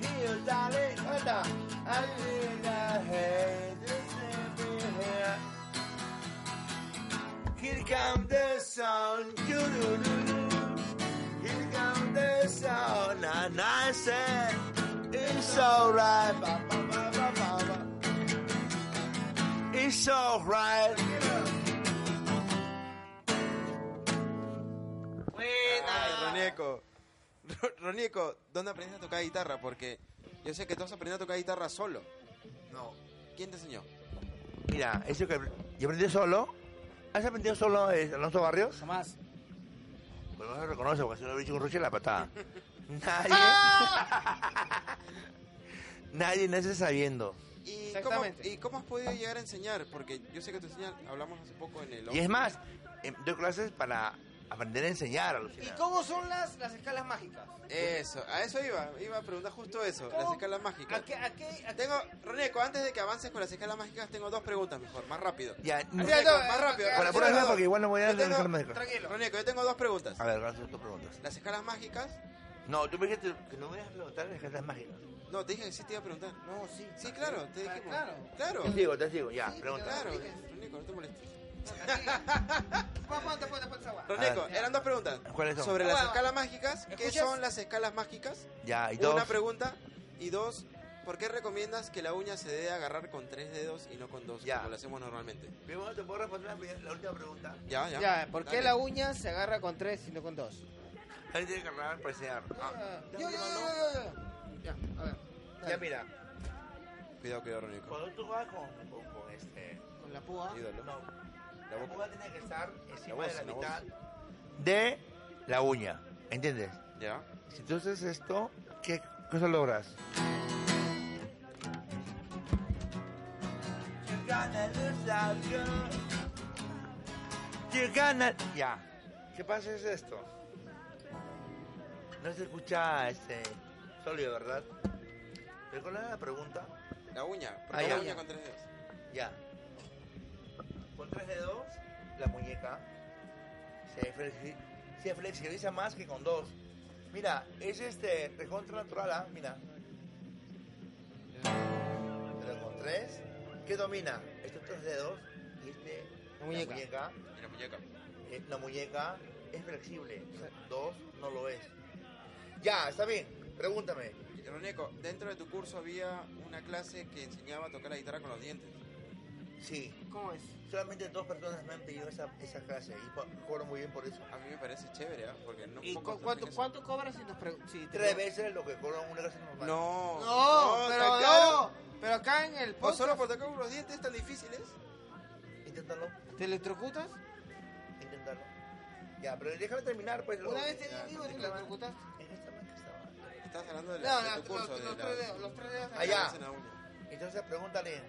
Here, darling. Hold on. I need a hand. This ain't here. Here comes the sun, doo-doo-doo-doo. Here comes the sun, and I said, it's alright. Ba, ba, ba, ba, ba, ba. It's alright.
Ay,
Ah.
Ronieco. Ro- Ronieco, ¿dónde aprendiste a tocar guitarra? Porque yo sé que tú has aprendido a tocar guitarra solo.
No.
¿Quién te enseñó?
Mira, eso que yo aprendí solo. ¿Has aprendido solo, eh, Alonso Barrios?
Jamás.
Pues no se reconoce, porque si lo he dicho con Roche la patada. Nadie. Nadie nace sabiendo.
¿Y cómo,
Exactamente.
¿Y cómo has podido llegar a enseñar? Porque yo sé que tú enseñas, hablamos hace poco en el...
Y es más, eh, doy clases para aprender a enseñar a los
¿Y cómo son las, las escalas mágicas?
Eso, a eso iba, iba a preguntar justo eso, las
¿Cómo?
escalas mágicas.
¿A qué, a qué, a qué-
Tengo, Ronieco, antes de que avances con las escalas mágicas, tengo dos preguntas mejor, más rápido.
Ya,
Ronieco,
ya, no,
más
eh,
rápido.
ya,
Para
por
ponerla,
Ronieco,
porque igual no voy a
yo tengo-
dejar más.
Tranquilo.
Ronieco, yo tengo dos preguntas.
A ver, gracias tus preguntas.
Las escalas mágicas,
No, tú me dijiste que no me dejas preguntar las cartas mágicas.
no, te dije que sí te iba a preguntar.
No, sí.
Sí, claro, te
Ah,
dijimos.
claro.
Claro,
Te sigo, te sigo, ya,
Sí,
pregunta.
claro, Ronieco, no te molestes.
Pon- Ponte, ponte, ponte esa guapa.
Ronieco,
A ver.
eran dos preguntas.
¿Cuáles son?
Sobre las
Bueno,
escalas mágicas, ¿qué
¿escuchas?
son las escalas mágicas?
Ya, y
Una
dos.
pregunta. Y dos, ¿por qué recomiendas que la uña se debe agarrar con tres dedos y no con dos,
Ya.
como lo hacemos normalmente?
Primero te puedo responder la primera- la última pregunta.
Ya, ya.
Ya, ¿por qué
Dale.
la uña se agarra con tres y no con dos?
Ahí tiene que agarrar para enseñar. Ah,
yo, yo, yo, yo, yo, yo. Ya, a ver.
ya mira,
Cuidado, cuidado, Ronieco.
cuando tú vas con, con, con este.
Con la púa.
Ayúdalo.
No,
La
la
boca.
boca tiene que estar encima
voz,
de la,
la
mitad de la uña. ¿Entiendes?
Ya.
Si tú haces esto, ¿qué cosa logras? You're gonna lose that girl. You're gonna- Ya. ¿Qué pasa es esto? No se escucha este sólido, ¿verdad? ¿Pero cuál era la pregunta?
La uña. ¿Por
Ah,
qué la
ya.
uña con tres dedos?
Ya. Con tres dedos, la muñeca se, flexi- se flexibiliza más que con dos. Mira, es este recontra natural, ¿ah? mira. Pero con tres, ¿qué domina? Estos tres dedos y este,
La muñeca.
La muñeca,
Y la muñeca.
eh, la muñeca es flexible. Dos no lo es. Ya, está bien. Pregúntame.
Ronieco, dentro de tu curso había una clase que enseñaba a tocar la guitarra con los dientes.
Sí,
¿Cómo es?
solamente dos personas me han pedido esa, esa clase y po- cobro muy bien por eso.
A mí me parece chévere, ¿ah? Porque no
¿Y
pocos
¿Cu-
hacen
¿Cuánto,
eso.
cuánto cobras si nos preguntas? Si te
Tres
pregun-
veces lo que cobra una clase normal.
No.
No,
tan
pero
caro.
no. Pero acá en el
¿O
post
solo por tocar con los dientes tan ¿eh? difíciles?
Inténtalo,
¿Te electrocutas?
inténtalo. Ya, pero déjame terminar, pues.
Una
luego-
vez te
Ya,
digo,
no
¿te
te clavan.
electrocutaste?
En esta banca estaba.
Estás hablando de, la-
No,
de
no,
tu curso.
los,
de
los
la-
tres dedos, los tres dedos.
Ah, ya.
en la uña.
Entonces pregúntale,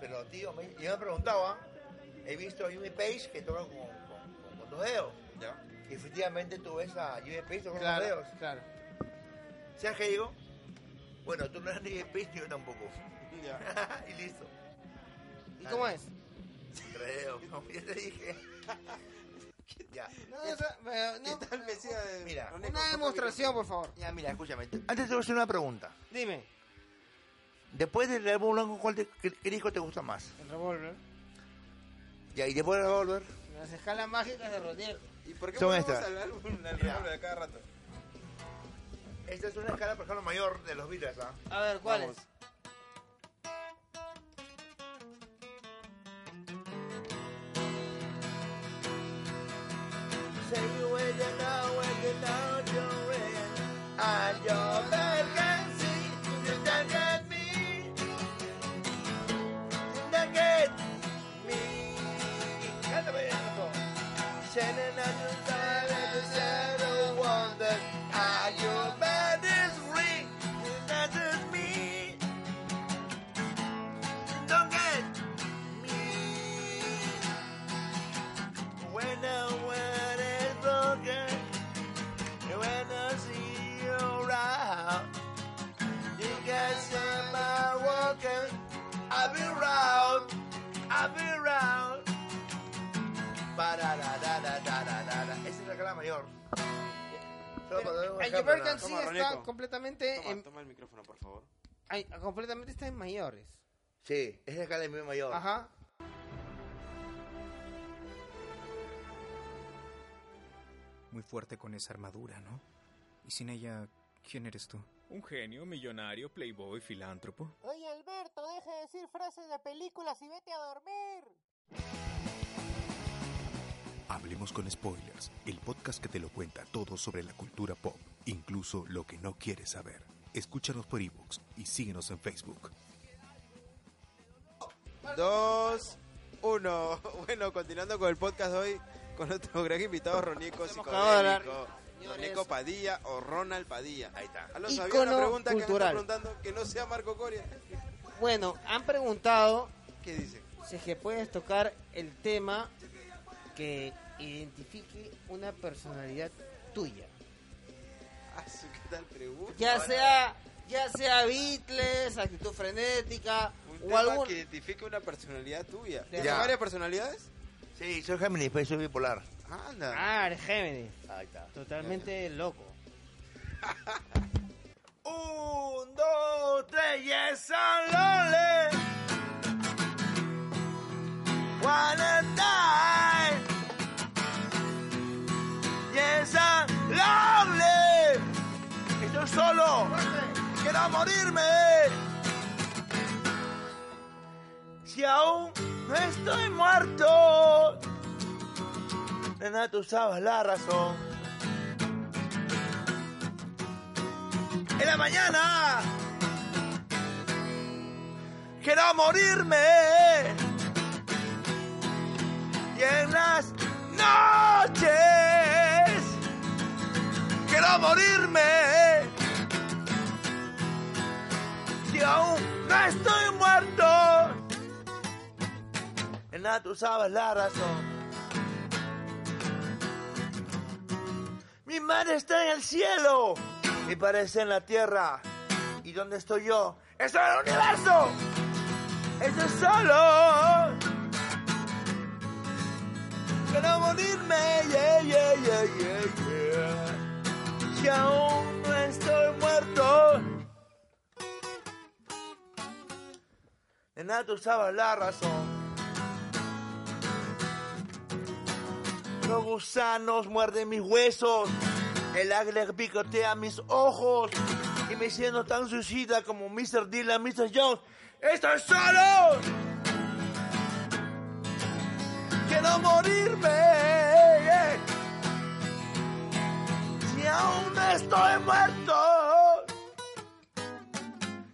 pero tío, me, yo me preguntaba, he visto a Jimmy Page que toca con, con, con, con dos dedos.
Ya.
Y efectivamente tú ves a Jimmy Page tocando con dos
Claro,
dedos.
claro.
¿Sabes qué digo? Bueno, tú no eres ni Jimmy Page ni yo tampoco.
Ya.
y listo.
¿Y
Dale.
cómo es?
Creo, como ya te dije. ya.
No, o sea, pero no,
¿Qué tal me decía de-
Mira,
Ronieco,
Una
¿cuánto
demostración, por favor.
Ya, mira, escúchame. Antes te voy a hacer una pregunta.
Dime.
Después del álbum blanco, ¿cuál te- qué, qué disco te gusta más?
El revólver.
Ya, y después del Revolver.
Las escalas mágicas de Rodier.
mide? ¿Y por qué
Son
volvemos
estas.
al álbum al
Mira.
álbum de cada rato?
Esta es una escala, por ejemplo, mayor de los Beatles, ¿ah?
A ver, ¿cuál
Vamos.
es?
Say you will you know when you know you're in And your bed can see You can get me You can get me Cántame, Jacobo. Sending out the sun and the shadow wonder And your bed is free You can get me You can get me when the world is broken, when I see you around, you can see my walking. I'll be round, I'll be round. Ba da da da da da da da da. Esa es la cara mayor. Solo para dar un
Angry
ejemplo,
Birds
¿no?
sí
Toma,
está
Ronito.
completamente
Toma,
en,
toma el micrófono, por favor.
ay, completamente está en mayores.
Sí, es la cara de mi mayor.
Ajá.
Muy fuerte con esa armadura, ¿no? Y sin ella, ¿quién eres tú?
Un genio, millonario, playboy, filántropo.
Oye, Alberto, deja de decir frases de películas y vete a dormir.
Hablemos con Spoilers, el podcast que te lo cuenta todo sobre la cultura pop, incluso lo que no quieres saber. Escúchanos por ebooks y síguenos en Facebook.
Dos, uno. Bueno, continuando con el podcast de hoy, con nuestro gran invitado, Ronico
Hemos acabado de hablar,
Psicodélico. Ronico Padilla o Ronald Padilla.
Ahí está.
Alonso, había
Ícono
una pregunta
cultural.
que me está preguntando que no sea Marco Coria.
Bueno, han preguntado
¿Qué dice?
si es que puedes tocar el tema que identifique una personalidad tuya.
Ah, su, ¿Qué tal pregunta?
Ya sea ya sea Beatles, actitud frenética
Un
o
tema
algún
que identifique una personalidad tuya.
Ya.
¿Tienes varias personalidades?
Sí, soy Géminis, pero soy bipolar.
Anda.
Ah, eres Géminis,
Ahí está.
totalmente loco.
Un, dos, tres, yes, I'm lonely. Wanna die. Yes, I'm lonely. Estoy solo. Quiero morirme. Si aún no estoy muerto. Nena, tú sabes la razón. en la mañana. Quiero morirme. Y en las noches. Quiero morirme. Si aún no estoy muerto. En nada tú sabes la razón. Mi madre está en el cielo. Mi padre está en la tierra. ¿Y dónde estoy yo? ¡Estoy en el universo! ¡Estoy solo! ¡Quiero morirme! Yeah, yeah, yeah, yeah, yeah. Y aún no estoy muerto. De nada tú sabes la razón. Los gusanos muerden mis huesos. El águila picotea mis ojos y me siento tan suicida como Mr. Dylan, Mr. Jones. ¡Estoy solo! ¡Quiero morirme! ¡Si aún no estoy muerto!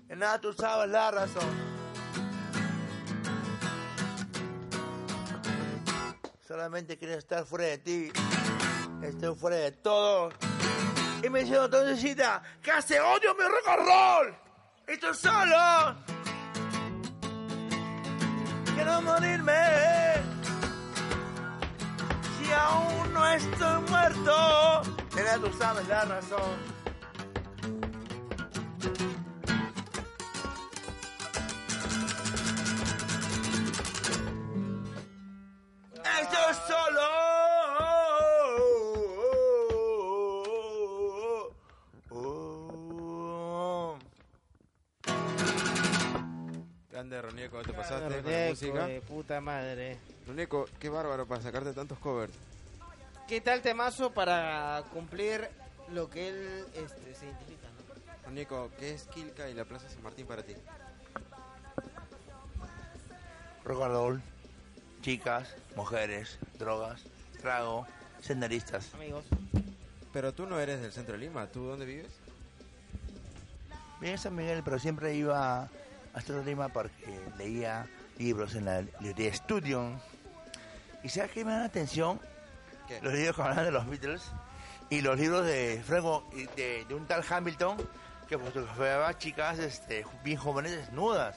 En nada tú sabes la razón. Solamente quiero estar fuera de ti. Estoy fuera de todo. Y me dice entonces que hace odio mi rock and roll. Estoy solo. Quiero morirme. Si aún no estoy muerto. Nena, tú sabes la razón. Estoy solo. Oh.
Grande, Ronico, te pasaste con la
Reco,
música.
de puta madre.
Ronico, qué bárbaro para sacarte tantos covers.
¿Qué tal temazo para cumplir lo que él este, se identifica, ¿no?
Nico, ¿qué es Quilca y la Plaza San Martín para ti?
Rock'n'roll, chicas, mujeres, drogas, trago, senderistas.
Amigos.
Pero tú no eres del centro de Lima, ¿tú dónde vives?
Vivía en San Miguel, pero siempre iba a Centro Lima porque leía libros en la librería Studium. ¿Y sabes qué me da la atención?
¿Qué?
Los libros que hablan de los Beatles y los libros de Franco, y de, de un tal Hamilton que fotografiaba chicas este, bien jóvenes desnudas.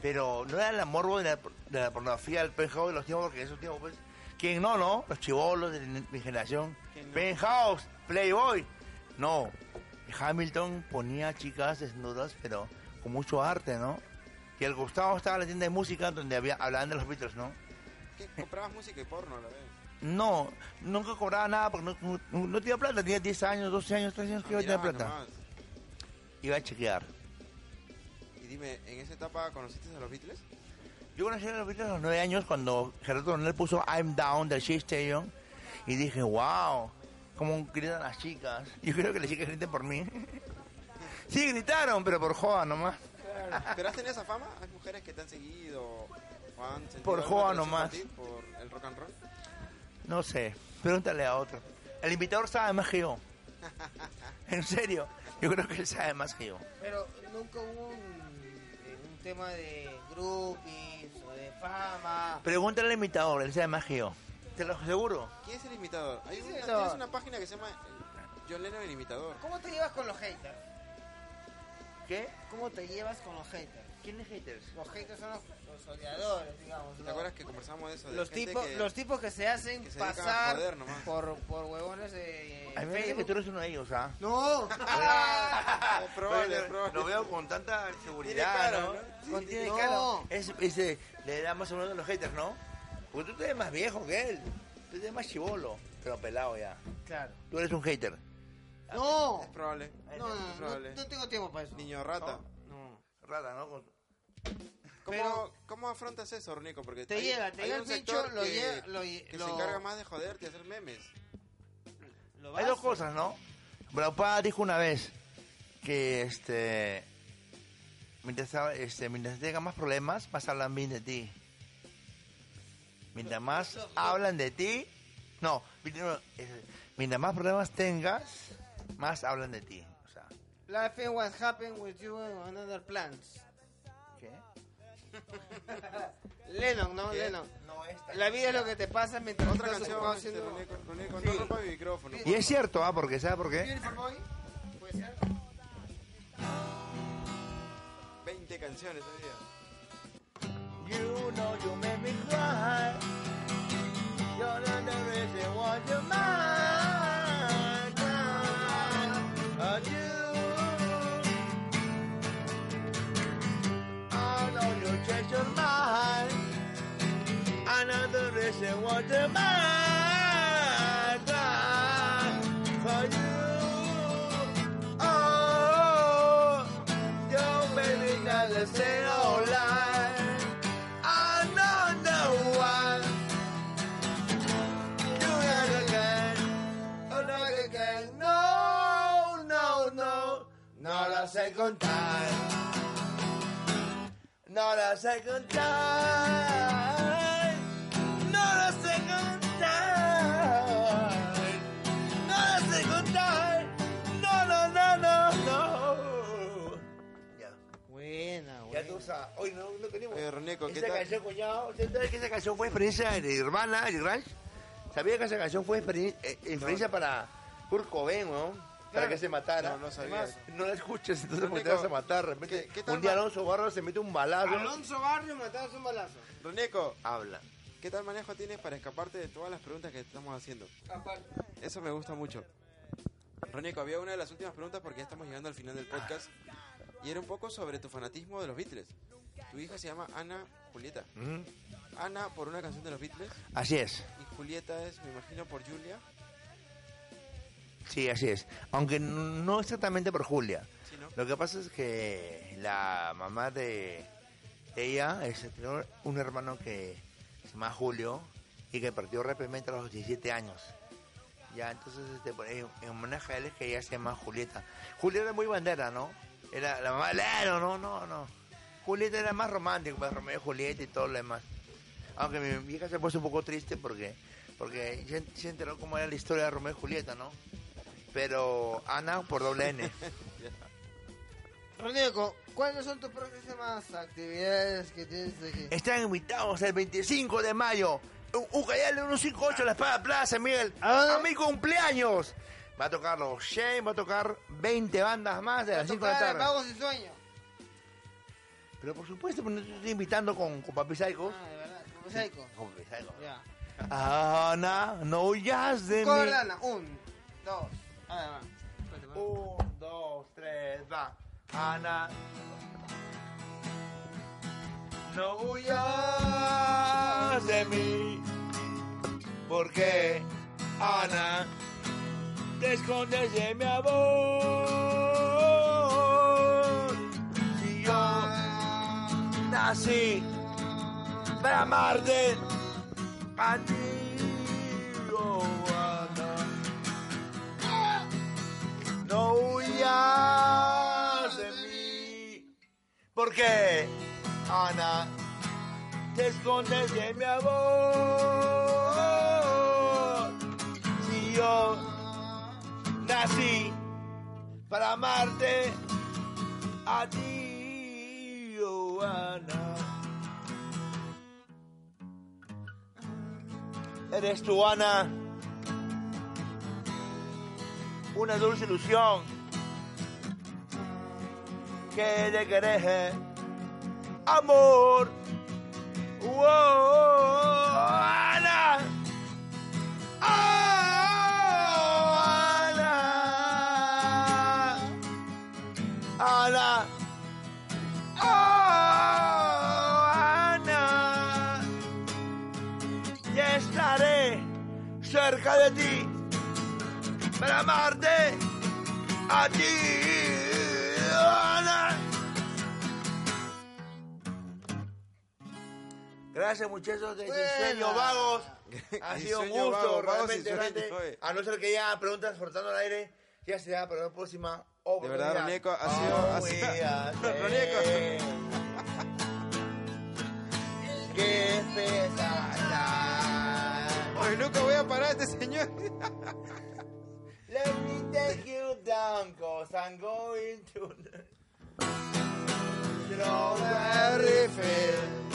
Pero no era el morbo de la, de la pornografía del penthouse de los tiempos, porque esos tiempos, pues, ¿quién no, no? Los chivolos de mi generación. Penthouse, Playboy. No, Hamilton ponía chicas desnudas, pero con mucho arte, ¿no? Y al costado estaba la tienda de música donde había, hablaban de los Beatles, ¿no?
¿Qué? Comprabas música y porno a la vez.
No, nunca cobraba nada porque no, no- no tenía plata. Tenía 10 años, 12 años, 13 años que iba a tener
Mirabas
plata.
Ah, nomás.
Iba a chequear.
Y dime, ¿en esa etapa conociste a los Beatles?
Yo conocí a los Beatles a los 9 años cuando Gerardo Coronel puso I'm Down del Shea Station y dije, wow, cómo gritan las chicas. Yo creo que las chicas griten por mí. sí, gritaron, pero por joda nomás.
¿Pero has tenido esa fama? ¿Hay mujeres que te han seguido? o han sentido
Por
alguna
joda
atracción
nomás.
por ti, ¿Por el rock and roll?
No sé, pregúntale a otro. El invitador sabe más que yo. En serio, yo creo que él sabe más que yo.
Pero nunca hubo un, eh, un tema de groupies o de fama.
Pregúntale al invitador, él sabe más que yo. Te lo aseguro.
¿Quién es el imitador? Hay
¿Quién es
una,
el
tienes
imitador?
una página que se llama eh, John Lennon el imitador.
¿Cómo te llevas con los haters?
¿Qué?
¿Cómo te llevas con los haters?
¿Quiénes haters?
Los haters son los, los odiadores, digamos.
¿Te
¿no?
acuerdas que conversamos de eso? De
Los,
gente
tipos
que-
los tipos que se hacen
que se dedican a
pasar
joder nomás.
por, por huevones de
A mí me dice que
Facebook.
tú eres uno de ellos, ¿ah?
¡No!
Es Ah, probable, es
Oye,
probable.
Lo veo con tanta seguridad,
Tiene cara,
¿no?
¿no?
Con- tiene
No.
cara. Es, es, eh, le da más o menos a los haters, ¿no? Porque tú te ves más viejo que él. Tú te ves más chivolo, pero pelado ya.
Claro.
Tú eres un hater.
¡No!
Es probable.
No, no, no,
Es
no,
probable.
no tengo tiempo para eso.
Niño rata.
No.
Rata, ¿no? Con-
¿Cómo,
Pero-
¿Cómo afrontas eso, Nico? Porque
Te
hay-
llega, te
hay
llega
un
el pincho,
sector
lo
que,
lle- lo lle-
que
lo-
se encarga más de joderte, de hacer memes.
Lo
Hay dos
vas-
cosas, ¿no? Braupa dijo una vez que este mientras, estaba- este, mientras tengas más problemas, más hablan bien de ti. Mientras más hablan de ti, no, mientras- eh, mientras más problemas tengas, más hablan de ti. O sea,
Life ain't what happened with you and other plans.
¿qué?
Lennon, ¿no? Lennon.
No es
La vida es lo que te pasa mientras
Otra
estás
canción,
ocupado
este,
haciendo-
Ronico, Ronico, no rompa mi micrófono.
Y es cierto, ¿ah? Porque ¿sabes por qué?
Beautiful Boy, puede ser.
20 canciones hoy día.
You know you make me cry. You're the reason why you're mine. Are you? I know you change your mind. Another reason why you're mine. For you. Oh, your baby doesn't say no lie. I don't know why. Do it again. Do it again. No, no, no. Not a second time. Not a second time. Not a second time. Not a second time. No, no, no, no, no. Ya.
Buena,
Ya
buena.
tú sabes. Hoy no, no tenemos.
Oye, Roneco, ¿qué
esa
tal?
canción, cuñado, ¿usted sabe que esa canción fue experiencia de Nirvana, de Grunge? ¿Sabía que esa canción fue experien- eh, influencia para Kurt Cobain, weón? Para que se matara.
No, no sabía
Además, No la escuches, entonces porque te
Roneco,
vas a matar. De repente,
¿qué- qué tal
un día
ma-
Alonso Barro se mete un balazo.
Alonso Barrio matado a un balazo.
Roneco,
Habla.
¿qué tal manejo tienes para escaparte de todas las preguntas que estamos haciendo? Eso me gusta mucho. Roneco, había una de las últimas preguntas porque ya estamos llegando al final del podcast. Y era un poco sobre tu fanatismo de los Beatles. Tu hija se llama Ana Julieta.
Ujú.
Ana por una canción de los Beatles
Así es.
y Julieta es, me imagino, por Julia.
Sí, así es. Aunque n- no exactamente por Julia.
Sí, ¿no?
Lo que pasa es que la mamá de ella es, tenía un hermano que se llama Julio y que partió rápidamente a los 17 años. Ya, entonces, este, por- en, en homenaje a él es que ella se llama Julieta. Julieta era muy bandera, ¿no? Era la mamá, claro, no, no, no. Julieta era más romántico, más Romeo y Julieta y todo lo demás. Aunque mi vieja se puso un poco triste porque, porque ya se enteró cómo era la historia de Romeo y Julieta, ¿no? Pero Ana por doble N.
Roneco, ¿cuáles son tus próximas actividades que tienes aquí?
Están invitados el 25 de mayo. U- Ucayale 158, La Espada Plaza, Miguel. A mi cumpleaños. Va a tocar los Shane, va a tocar 20 bandas más de las 5 de la
Para
tarde.
Vagos y Sueños.
Pero por supuesto, pues, no te estoy invitando con, con Papi Psycho.
Ah, de verdad, como Psycho.
Con Papi Psycho.
Ya.
Ana, no huyas de mí.
Cordana, un, dos. Ah, A ver, va. Espérate, va.
Un, dos, tres, va. Ana. No huyas de mí. Porque, Ana, te escondes de mi amor. Si yo nací para amarte a ti, oh, Ana. No huyas de mí. Porque, Ana, te escondes de mi amor. Si yo nací para amarte a ti, oh, Ana. Eres tu Ana, una dulce ilusión que te querés, eh? amor. Wow, Ana, Oh, Ah, Ana, Ana, Oh, Ah, Ana y estaré cerca de ti para amarte a ti. Oh, Ana. Gracias muchachos de
Buena.
Diseño Vagos. Ha sido un
Diseño
gusto,
Vagos, Vagos
realmente,
Diseño,
realmente.
oye.
A no ser que ya preguntas cortando al aire, ya será para la próxima
De
oportunidad.
verdad, Ronieco, ha sido. ha sido-
Ronieco. Qué pesada.
Oye, nunca voy a parar a este señor.
Let me take you down, cause I'm going to strawberry field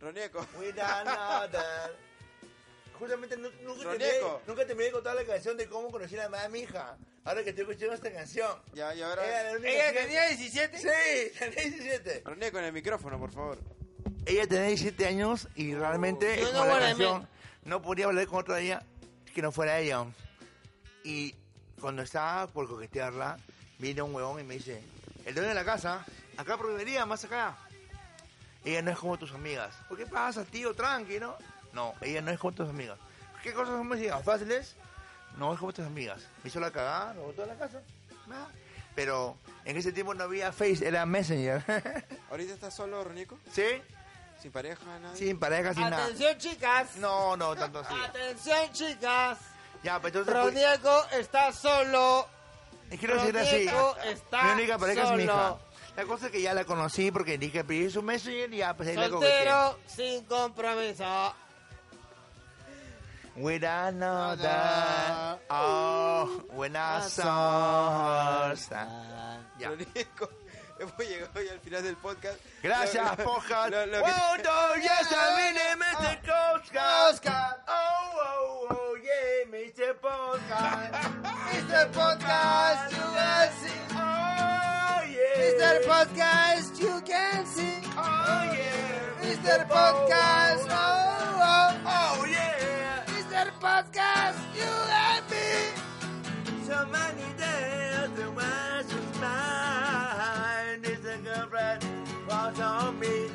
Ronieco.
with another. Justamente nu- nunca terminé,
Ronieco.
nunca terminé de contar la canción de cómo conocí a la mamá de mi hija. Ahora que estoy escuchando esta canción.
Ya, y
Era la
ahora.
única
¿Ella
canción-
tenía 17?
Sí, tenía 17.
Ronieco en el micrófono, por favor.
Ella tenía 17 años y realmente
Yo no
con la
guardé
canción, no podía hablar con otra ella que no fuera ella. Y cuando estaba por coquetearla, viene un huevón y me dice, el dueño de la casa, acá por Vivería, más acá. Ella no es como tus amigas. ¿Por qué pasa, tío? Tranqui, ¿no? No, ella no es como tus amigas. ¿Qué cosas son mis amigas? ¿Fáciles? No es como tus amigas. Me hizo la cagada, lo botó de la casa. Nada. Pero en ese tiempo no había Face, era Messenger.
¿Ahorita estás solo, Ronieco?
¿Sí,
¿Sin pareja, nadie?
sin pareja, sin nada.
Atención, chicas.
No, no, tanto así.
Atención, chicas.
Ya, pero entonces. pues,
Rodrigo está solo.
y quiero decir así.
Rodrigo está
Mi única pareja es mi hija.
solo.
La cosa es que ya la conocí porque dije, pedí su messenger y ya, pues ahí la coqueteé.
Soltero, sin compromiso.
With another. Oh, buena salsa. Ya.
Ronieco. Hemos llegado ya al final del podcast.
Gracias,
Lo- lo-
Pojas.
lo- lo que-
Wow, no, yes, I mean it, Mr.
Ah.
Podcast. Oh, oh, oh, yeah, Mr. Podcast.
Mr. Podcast, you can see.
Oh, yeah.
Mr. Podcast, you can see.
Oh, yeah.
Mr. Podcast, oh, oh.
Oh yeah,
Mr. Podcast, you and me.
so many days the world is mine. It's a girlfriend falls on me.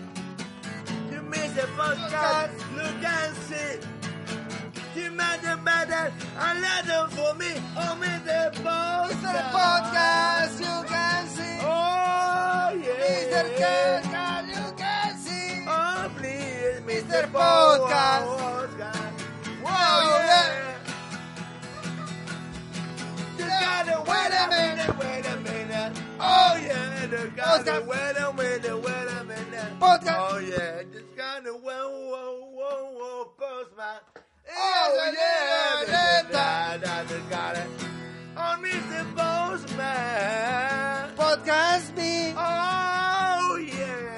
You miss the podcast, look and see. You made the better, a letter for me. Oh, Mr.
Mr.
Podcast.
Podcast, you can see.
Oh yeah,
Mr. Podcast, you can see.
Oh please,
Mr.
Mr.
Podcast.
Podcast. Oh, Podcast. Wait a minute, wait a minute.
Podcast.
Oh yeah, just gonna whoa, whoa, whoa, whoa, postman.
Oh,
Oh
yeah,
yeah,
neta.
da, da, da, got it. Oh, Mr. Postman.
Podcast me.
Oh yeah.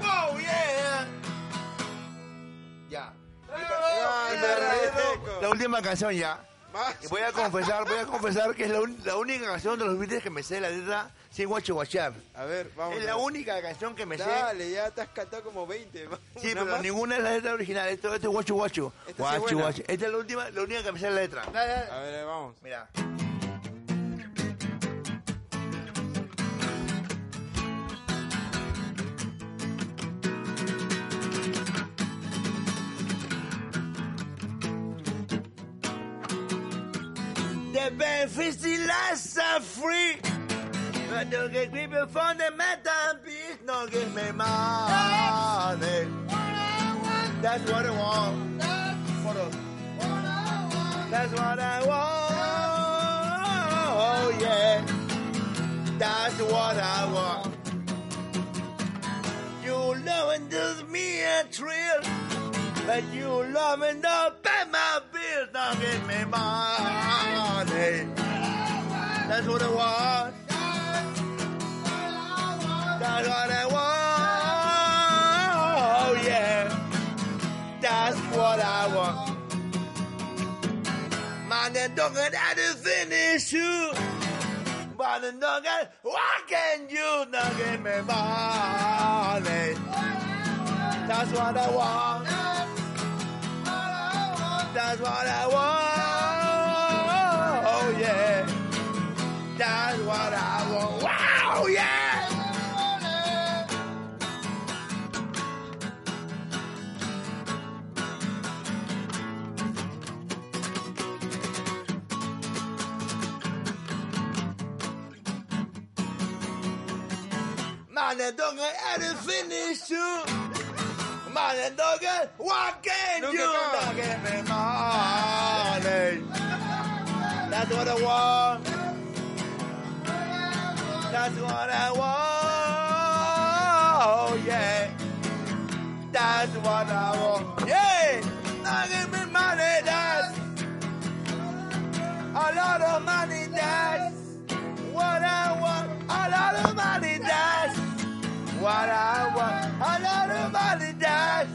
Wow, yeah. Ya. La última canción ya. Y voy a confesar, voy a confesar que es la, un- la única canción de los Beatles que me sé la letra sin guachuachar.
A ver, vamos.
Es la única canción que me sé.
Dale, ya te has cantado como 20.
Sí, pero ninguna es la letra original. Esto, esto es guachu guachu.
Esta Este sí es
Guachu
buena.
guachu. Esta es la última, la única que me sé la letra.
A ver, vamos.
Mira. The benefits the last are free. But don't get people from the metal beat. No give me money. That's what I want. What else? That's what I want. Oh yeah. That's what I want. You loving just me a thrill, but you loving don't pay my bills. Don't give me money. That's what I want. That's what I want. Oh yeah. That's what I want. Man, the dog that is finish you. Man, the dog that, what can you not give me money? That's what I want. That's what I want. Oh, yeah. That's what I want. Wow, yeah. Man, the dog that is finish you. Man, the dog that, what can
Look
you
at
not
her.
give me money? That's what I want. That's what I want. Oh, yeah. That's what I want. Yeah. Now give me money, that's a lot of money, that's what I want. A lot of money, that's what I want. A lot of money, that's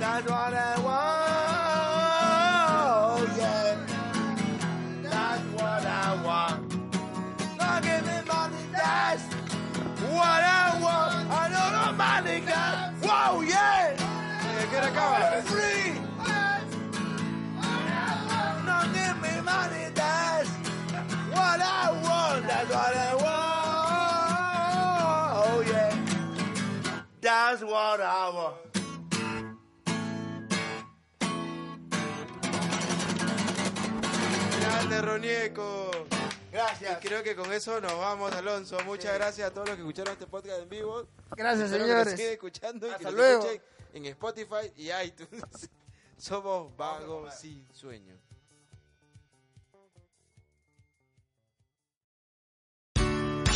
that's what I want. Oh, yeah. That's what I want. Now give me money, that's what I want. I know nobody got. Wow, yeah. I'm free. Now give me money, that's what I want. That's what I want. Oh, yeah. That's what I want.
Grande Ronieco.
Gracias.
Y creo que con eso nos vamos, Alonso. Muchas gracias a todos los que escucharon este podcast en vivo.
Gracias,
Espero Que
señores.
nos sigan escuchando y que
Hasta
nos
luego.
escuchen en Spotify y iTunes. Somos vagos sin sueño.